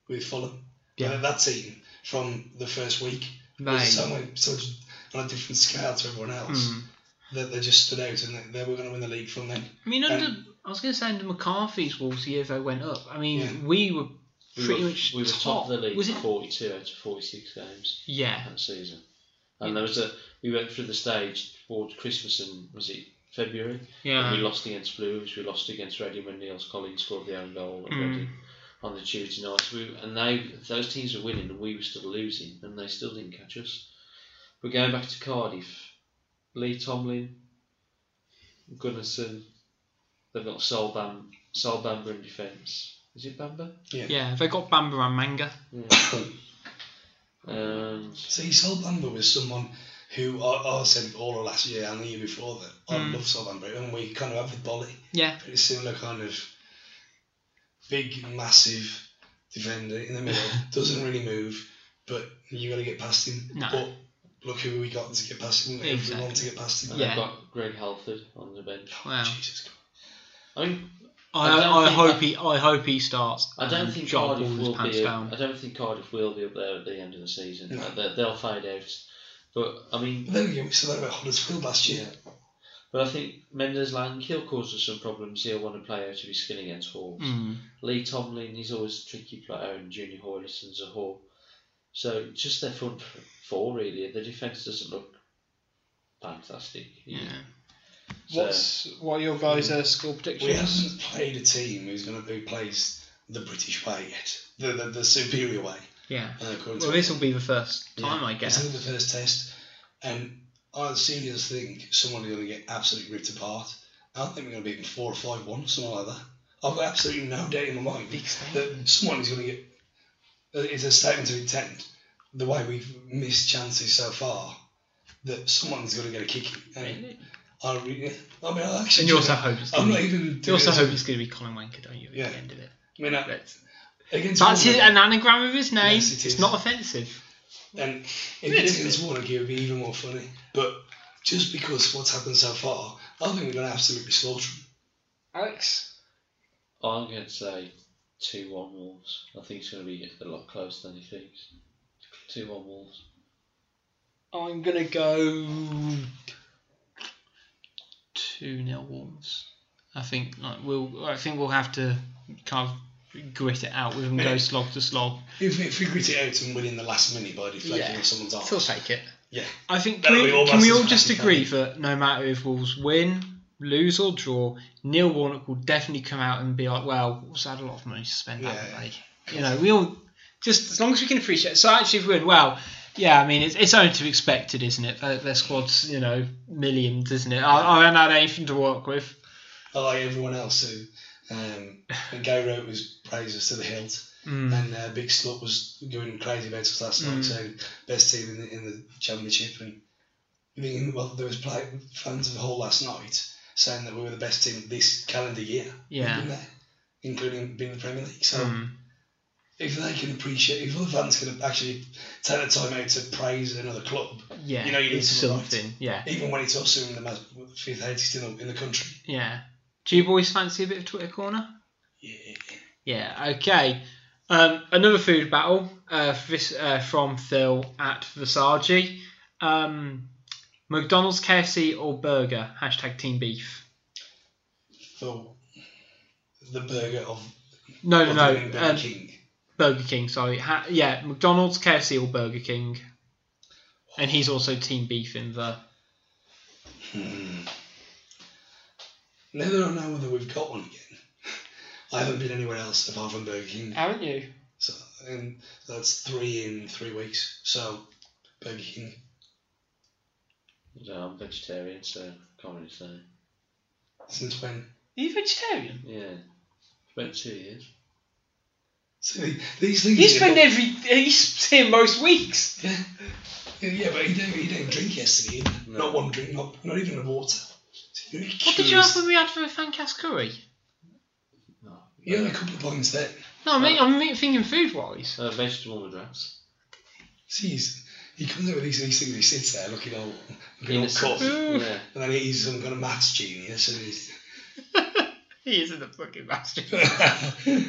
with Fulham. Yeah. Yeah. that team from the first week was They- so much, such on a different scale to everyone else Mm. that they just stood out and they, they were going to win the league from then. I mean, under And- I was going to say under McCarthy's Wolves the year they went up. I mean, Yeah. we were We pretty were, much we were top. top. of the league, Was it? 42 out of 46 games Yeah, that season. And there was a we went through the stage towards Christmas and was it February? And we yeah. lost against Blues, we lost against Reading when Niels Collins scored the own goal at Mm. Reading on the Tuesday night. So we, and they, those teams were winning and we were still losing and they still didn't catch us. But going back to Cardiff, Lee Tomlin, Gunnarsson, they've got Sol, Bam, Sol Bamba in defence. Is it Bamba? Yeah, they got Bamba and Manga. <coughs> Um, See, Sol Bamba was someone who I, I said all of last year and the year before that I Mm. love Sol Bamba, and we kind of have with Bolly. Yeah, Pretty similar kind of big, massive defender in <laughs> the middle, doesn't really move, but you got to get past him. No. But look who we got to get past him, everyone to Exactly. get past him. and Yeah. they've got Greg Halford on the bench. wow. Jesus Christ. I mean, I, I don't I, think hope that- he I hope he starts. um, I don't and think John Cardiff Paul's will pants be. down. I don't think Cardiff will be up there at the end of the season. No. They- They'll fade out. But I mean, But then again, we still had about Huddersfield last year. yeah. But I think Mendes Lang he'll cause us some problems. He'll want to play out of his skin against Hall. Mm. Lee Tomlin, he's always a tricky player, and Junior Hoyles and Zahor. So just their front f- four really. The defence doesn't look fantastic. Yeah. So- what are your guys' uh, score We predictions? haven't played a team who's going to who plays the British way yet, the the, the superior way. Yeah. Uh, according Well, to this will be the first time, I It's guess. only the first test, and I seriously think someone is going to get absolutely ripped apart. I think we're going to beat them four or five one, something like that. I've got absolutely no doubt in my mind Big statement. that someone is going to get. uh, It's a statement of intent. The way we've missed chances so far, that someone's going to get a kick. And Really? I, re- I mean, I actually. And you also hope it's I'm going not to be. even. You also hope it's going to be Colin Wanker, don't you? At Yeah. the end of it. I mean, I, That's, against that's Wolves- his, an anagram of his name. Yes, it it's is. not offensive. And It if it's is. against Warnock, it would be even more funny. But just because what's happened so far, I think we're going to absolutely slaughter them. Alex, I'm going to say 2 1 Wolves. I think it's going to be a lot closer than he thinks. 2 1 Wolves. I'm gonna go two 0 Wolves. I think like we'll I think we'll have to kind of grit it out with them go slog to slog. If, if we grit it out and win in the last minute by deflecting Yeah. on someone's arm. Still take it. Yeah. I think can That'll we, be almost can we as all just bad as agree that no matter if Wolves win, lose or draw, Neil Warnock will definitely come out and be like, "Well, Wolves had a lot of money to spend, Yeah. haven't they?" You know, we all just as long as we can appreciate. So actually, if we win, well, yeah, I mean, it's, it's only to be expected, isn't it? Their, their squad's you know millions, isn't it? I, I haven't had anything to work with. I like everyone else who. Um, <laughs> and Gary wrote was praises to the hilt, Mm. and uh, Big Slut was going crazy about us last night, saying best team in the, in the championship. And I mean, well, there was play, fans of the whole last night saying that we were the best team this calendar year. We've Yeah. been there, including being in the Premier League. So Mm. if they can appreciate, if other fans can actually take the time out to praise another club, Yeah, you know you need it's someone right. something. Yeah, even when it's us who are in the most- fifth heightest in the, in the country. yeah. Do you boys fancy a bit of Twitter corner? Yeah. Yeah, okay. Um, another food battle uh, this, uh, from Phil at Versace. Um, McDonald's, KFC, or burger? Hashtag team beef. So the burger of No, no, of no. Burger um, King. Burger King, sorry. Ha- yeah, McDonald's, KFC, or Burger King. And he's also team beef in the. Hmm. Now that I know whether we've got one again, I haven't been anywhere else apart from Burger King. Haven't you? So and that's three in three weeks. So Burger King. No, I'm vegetarian, so can't really say. Since when? Are you vegetarian? Yeah, about two years. So the- these things. You spend every. You spend most weeks. Yeah, <laughs> yeah, but he didn't. He didn't drink yesterday. did he? No. Not one drink. Not not even a water. So you What did you have when we had for a fancast curry? No. You had a couple of points there. No, I mean, I'm thinking food wise. Uh, vegetable with rats. See, he's, he comes out with these, these things. He sits there looking all looking all Innocent. cut, and Yeah. then he's some kind of maths genius, and he's. <laughs> <laughs> He isn't a fucking bastard. I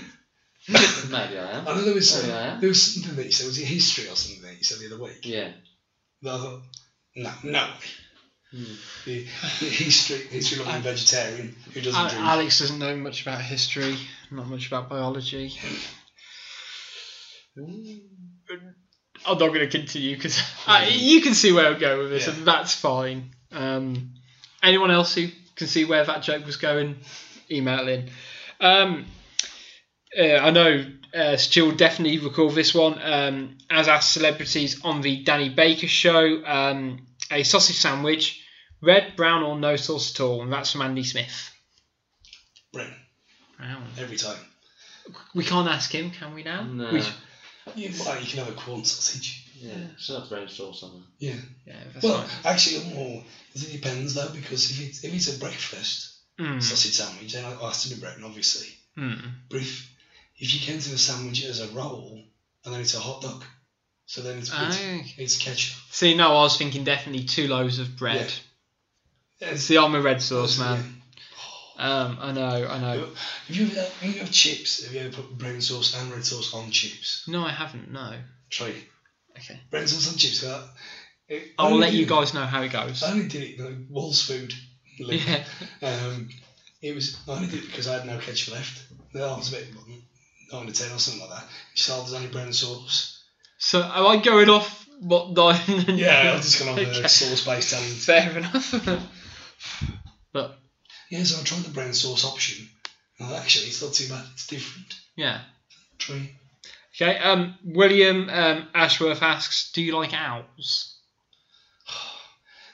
Maybe I am. know there was Oh, some- yeah. there was something that he said was it history or something that he said the other week. Yeah. That I thought, no, no, Hmm. the, the history history loving vegetarian who doesn't drink. Alex doesn't know much about history, not much about biology. I'm not going to continue because <laughs> you can see where we go with this, Yeah. and that's fine. Um, anyone else who can see where that joke was going, email in. Um, uh, I know uh, Stu will definitely recall this one. Um, as asked celebrities on the Danny Baker show, um, a sausage sandwich, red, brown, or no sauce at all, and that's from Andy Smith. Brent, Brown. every time. We can't ask him, can we now? No. We- You, why, you can have a corn sausage. uh, Yeah. So that's brain sauce on Yeah. yeah, that's Well, fine. actually, oh, it depends though because if it's if it's a breakfast Mm, sausage sandwich, then it has to be Breton, obviously. mm. But if, if you can do a sandwich as a roll and then it's a hot dog, so then it's it's, Aye. it's ketchup. See, no, I was thinking definitely two loaves of bread. Yeah. It's It's, the army red sauce, man. Um, I know, I know. Have you ever when you have chips? Have you ever put brown sauce and red sauce on chips? No, I haven't. No. Try it. Okay. Brown sauce on chips. That. it- I will only let you did- guys know how it goes. I only did it like Walls <laughs> food. Luke. Yeah. Um, it was I only did it because I had no ketchup left. The I was a bit nine to ten or something like that. She said there's only <laughs> brown sauce. So am I going off what <laughs> nine? Yeah, I've just gone on Okay. the sauce based talent. Fair enough. <laughs> but Yeah, so I tried the brown sauce option. Well, actually, it's not too bad. It's different. yeah. True. Okay. Um, William um, Ashworth asks, "Do you like owls?"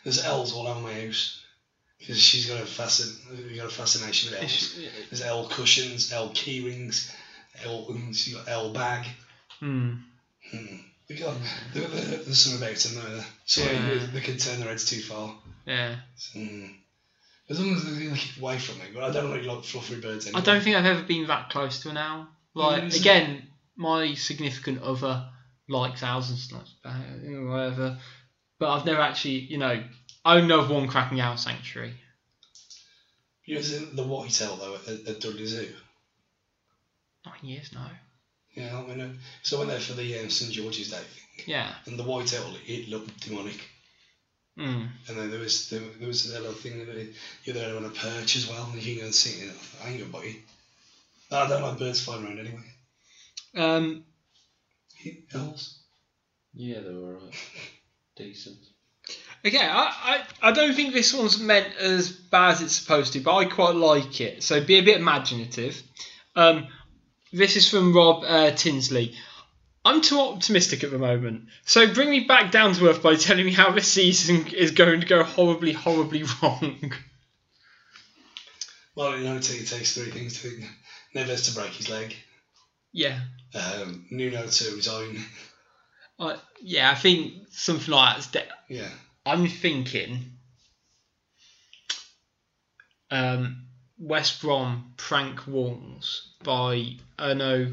There's elves all over my house because she's got a fascin- we got a fascination <laughs> with elves. There's L cushions, L key rings, L she's got L bag. Hmm. Hmm. They got- there- there- There's some about them though. So Yeah. they can turn their heads too far. Yeah. Hmm. As long as they can keep away from me, but I don't really like fluffy birds I anymore. don't think I've ever been that close to an owl. Like Mm, so- again, my significant other likes owls and stuff, uh, you know, whatever. But I've never actually, you know, I only know of one cracking owl sanctuary. You know, there's the white owl though at, at Dudley Zoo. Nine years, no. Yeah, I know. uh, So I went there for the um, St George's Day thing. Yeah. And the white owl, it looked demonic. Mm. And then there was there, there was that little thing that they- you're there on a perch as well, and you can go and see it. I ain't gonna bite you. I don't like birds flying around anyway. Um, Owls. Yeah, they were alright. Decent. Okay, I, I, I don't think this one's meant as bad as it's supposed to, but I quite like it. So be a bit imaginative. Um, this is from Rob uh, Tinsley. I'm too optimistic at the moment, so bring me back down to earth by telling me how this season is going to go horribly, horribly <laughs> wrong. Well, in OT, it takes three things to Neves to break his leg, yeah, um, Nuno to resign. I, yeah, I think something like that's. De- Yeah. I'm thinking um, West Brom prank walls by I don't know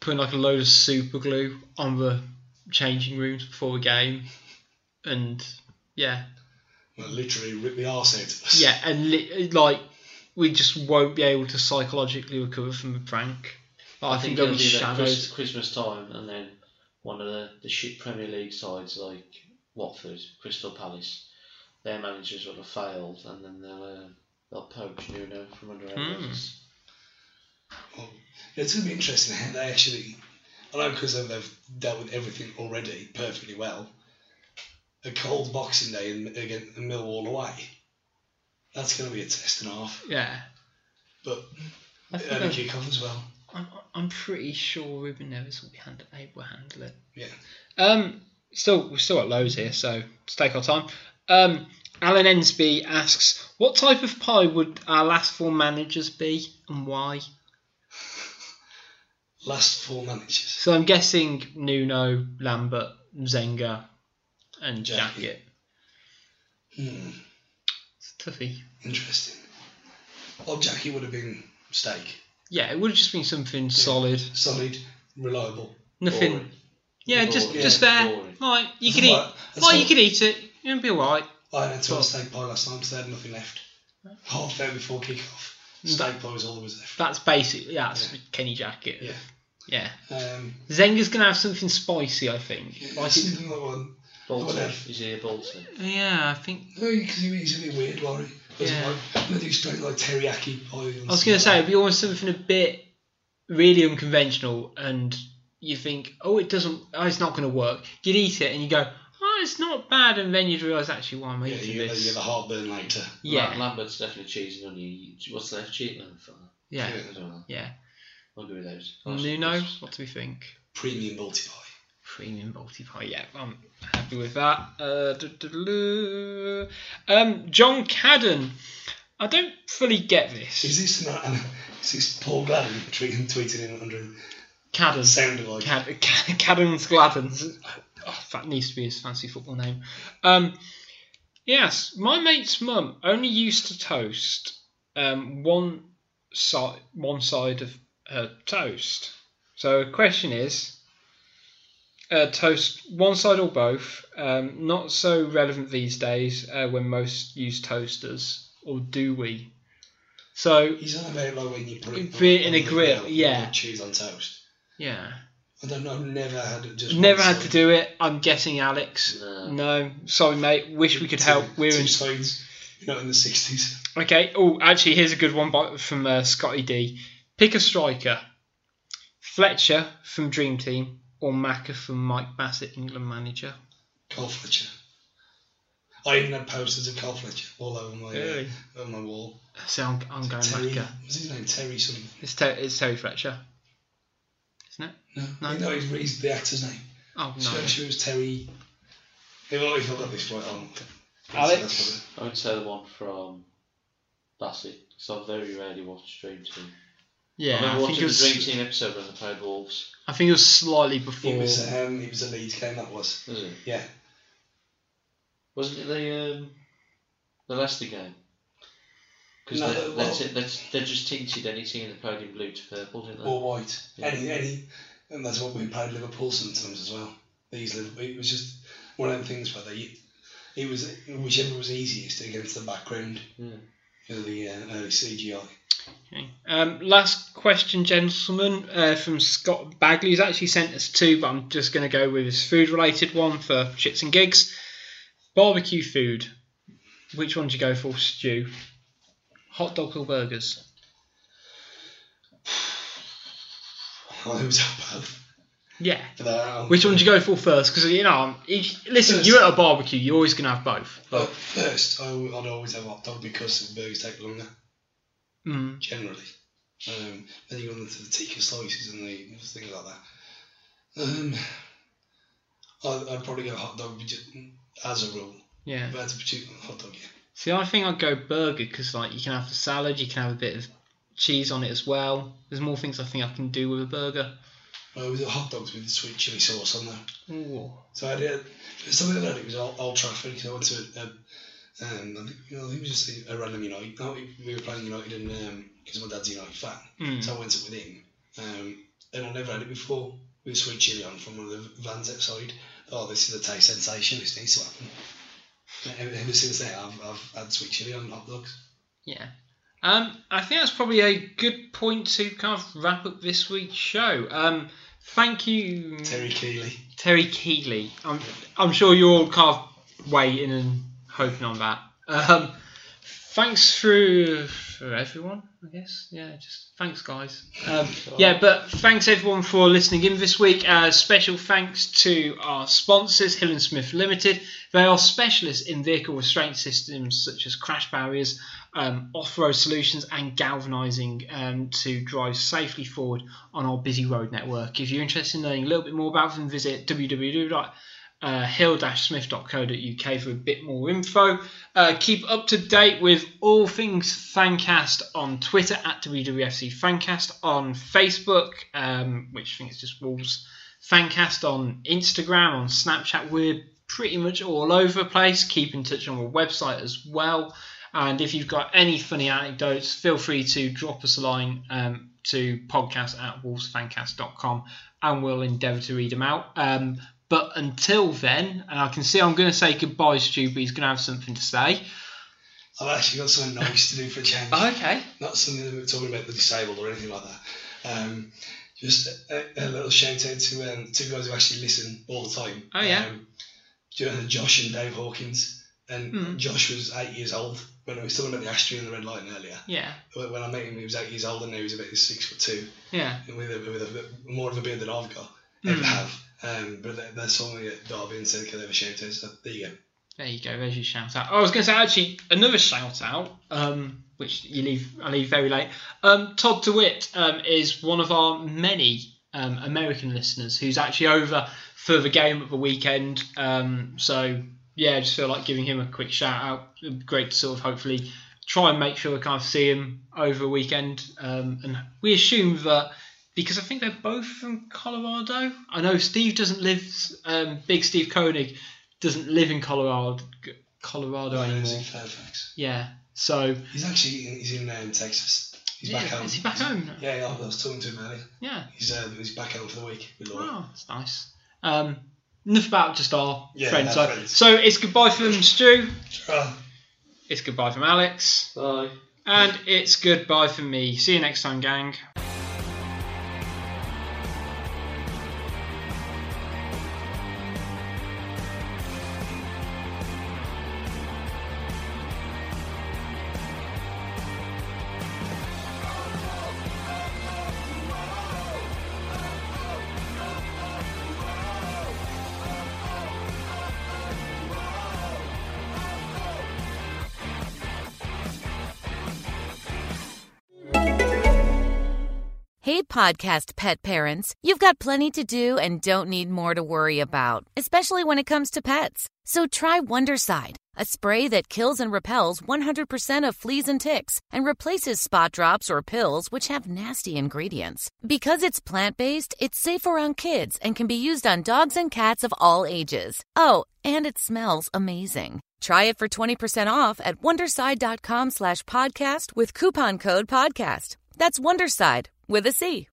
putting like a load of super glue on the changing rooms before a game, and yeah, Well, literally rip the arse out of us. yeah, and li- like we just won't be able to psychologically recover from the prank. Like, I, think they'll there'll be do that Chris- shadows. Christmas time, and then one of the, the shit Premier League sides like Watford, Crystal Palace, their managers will have failed, and then they'll uh, they'll poach Nuno from under our Hmm. noses. Well, it's going to be interesting <laughs> how they actually, I know because they've, they've dealt with everything already perfectly well. A cold Boxing Day in, again, in Millwall away. That's going to be a test and a half. <laughs> Yeah, But I think early they'll- kick off as well. I'm, I'm pretty sure Ruben Neves will be hand, able to handle it. Yeah. Um. Still, we've still got loads here, so let's take our time. Um. Alan Ensby asks, "What type of pie would our last four managers be, and why?" Last four managers. So I'm guessing Nuno, Lambert, Zenga, and Jacket. Jacket. Hmm. It's toughy. Interesting. Well, Jackie would have been steak. Yeah, it would have just been something solid. Solid, reliable. Nothing. Boring. Yeah, Boring. just Yeah, just there. boring. Like you That's could why- eat. that's Like why- you could eat it. It'd be alright. I had to have a steak pie last night because they had nothing left. Half there before kick off. Hmm. Steak pie was all there was left. That's basically yeah, that's Yeah. Kenny Jacket. Yeah. Yeah. Um, Zenga's gonna have something spicy, I think. yeah, Like it, something like one. Bolton. Whatever. Is he a Bolton? yeah, I think No, because he's a bit weird, Laurie. Yeah. Like, they do straight like teriyaki pie. I was going to say, it'd be almost something a bit really unconventional, and you think, oh, it doesn't, oh, it's not going to work. You'd eat it and you go, oh, it's not bad, and then you'd realise, actually, why am I yeah, eating you get, you this? get the heartburn later. yeah, Lam- Lambert's definitely cheesing on you. What's left cheating on for? yeah, Yeah. I don't know. yeah. I'll go with those. Nuno, what do we think? Premium multi pie. Premium multi pie, yeah, I'm happy with that. Uh, du-du-du-du. um, John Cadden, I don't fully get Is this. this not? And is this Paul Gladden tweet, tweeting in under Cadden. sounded <laughs> like? Cad- Cad- Cadden's Gladdens. Oh, that needs to be his fancy football name. Um, yes, my mate's mum only used to toast um, one side one side of her toast. So the question is, uh, toast one side or both? Um, not so relevant these days uh, when most use toasters, or do we? So He's on about like when you put Put it in on a the grill, and yeah. put Cheese on toast. yeah. I don't know. I've never had it. Just Never one had to side. do it. I'm guessing Alex. No. No. Sorry, mate. Wish we could Two- help. We're two in. sides. You know, in the sixties. Okay. Oh, actually, here's a good one by, from uh, Scotty D. Pick a striker Fletcher from Dream Team or Macca from Mike Bassett, England manager. Carl Fletcher. I even had posters of Carl Fletcher all over my Really? uh, on my wall. So I'm, I'm going Terry, Macca. what's his name? Terry something. It's, Ter- it's Terry Fletcher. Isn't it? No, No. no, he's, he's the actor's name. Oh, So no. I'm sure it was Terry. If I, if I got this right, I'll. Alex? That's I would say the one from Bassett, because I very rarely watch Dream Team. I Yeah, remember I, think watching it the Dream was, Team episode when they played Wolves. I think it was slightly what before. it was. It was, um, it was a Leeds game, that was. Was it? Yeah. Wasn't it the um, the Leicester game? Because No, they, the- that's it. That's, they just tinted any team that played in blue to purple, didn't they? Or white. Yeah. Any, any. And that's what we played Liverpool sometimes as well. These Liverpool. It was just one of them things where they. It was whichever was easiest against the background Yeah. of the uh, early <laughs> CGI. Okay. Um, last question, gentlemen, uh, from Scott Bagley, who's actually sent us two, but I'm just going to go with his food related one for shits and gigs. Barbecue food. Which one do you go for, Stew? Hot dogs or burgers? Well, who's our pub? Yeah. For that, Which one do you go for first? Because you know, I'm- each- listen, First. Oh. you're at a barbecue. You're always gonna have both. But first, I, would always have hot dog because the burgers take longer, Mm. generally. Um, then you go on to the tikka slices and the things like that. Um, I'd, I'd probably go hot dog but ju- as a rule. Yeah. But as a particular hot dog, yeah. See, I think I'd go burger because like you can have the salad, you can have a bit of cheese on it as well. There's more things I think I can do with a burger. Well, it was hot dogs with sweet chili sauce on there. Ooh. So I did. Something like that. It was Old, old Trafford. So I went to. Um, um, I think, you know, I think it was just a, a random United. No, we- we were playing United, and because my dad's a United fan, Mm. so I went up with him. Um, and I never had it before. We were sweet chili on from one of the vans outside. Oh, this is a taste sensation. This needs to happen. And Ever, ever since then, I've, I've had sweet chili on hot dogs. Yeah. Um, I think that's probably a good point to kind of wrap up this week's show. Um, thank you, Terry Keeley. Terry Keeley. I'm, I'm sure you're all kind of waiting and hoping on that. Um, thanks for, for everyone, I guess. Yeah, just thanks, guys. Um, yeah, but thanks everyone for listening in this week. Uh, special thanks to our sponsors, Hill and Smith Limited. They are specialists in vehicle restraint systems such as crash barriers, um, off-road solutions, and galvanising um, to drive safely forward on our busy road network. If you're interested in learning a little bit more about them, visit uh, www.hill-smith.co.uk for a bit more info. Uh, keep up to date with all things Fancast on Twitter at WWFC Fancast, on Facebook, um, which I think is just Wolves Fancast, on Instagram, on Snapchat. We're pretty much all over the place. Keep in touch on our website as well. And if you've got any funny anecdotes, feel free to drop us a line um, to podcast at wolvesfancast.com and we'll endeavour to read them out. Um, but until then, and I can see I'm going to say goodbye, Stu, but he's going to have something to say. I've actually got something nice to do for a change. Oh, Okay. not something that we're talking about the disabled or anything like that. Um, just a, a little shout out to um, two guys who actually listen all the time. Oh, yeah. Um, Jo- Josh and Dave Hawkins. And Mm. Josh was eight years old when I was talking about the Ashtray and the red light earlier. Yeah. When when I met him, he was eight years old and he was about six foot two Yeah. with, a, with a, bit more of a beard than I've got. Ever Mm. have. Um, but they, they saw me at Derby and said, "Can I have a shout out?" So there you go. There you go. There's your shout out. Oh, I was going to say actually another shout out, um, which you leave I leave very late. Um, Todd DeWitt um, is one of our many um, American listeners who's actually over for the game at the weekend. Um, so yeah, I just feel like giving him a quick shout out. It'd be Great to sort of hopefully try and make sure I kind of see him over the weekend. Um, and we assume that because I think they're both from Colorado. I know Steve doesn't live. Um, Big Steve Koenig doesn't live in Colorado. Colorado Ryan Oh, is anymore. in Fairfax. Yeah. So He's actually in, he's in um, Texas. He's yeah, back home. is he back home? now? Yeah, I was talking to him earlier. Yeah. He's, uh, he's back out for the week with Laura. Oh, that's nice. Um, enough about just our Yeah, friends. our So- friends. So it's goodbye from Stu. Ah, It's goodbye from Alex. Bye. And it's goodbye from me. See you next time, gang. Hey, podcast pet parents. You've got plenty to do and don't need more to worry about, especially when it comes to pets. So try Wonderside, a spray that kills and repels 100% of fleas and ticks and replaces spot drops or pills which have nasty ingredients. Because it's plant based, it's safe around kids and can be used on dogs and cats of all ages. Oh, and it smells amazing. Try it for 20% off at wonderside.com slash podcast with coupon code podcast. That's Wonderside with a C.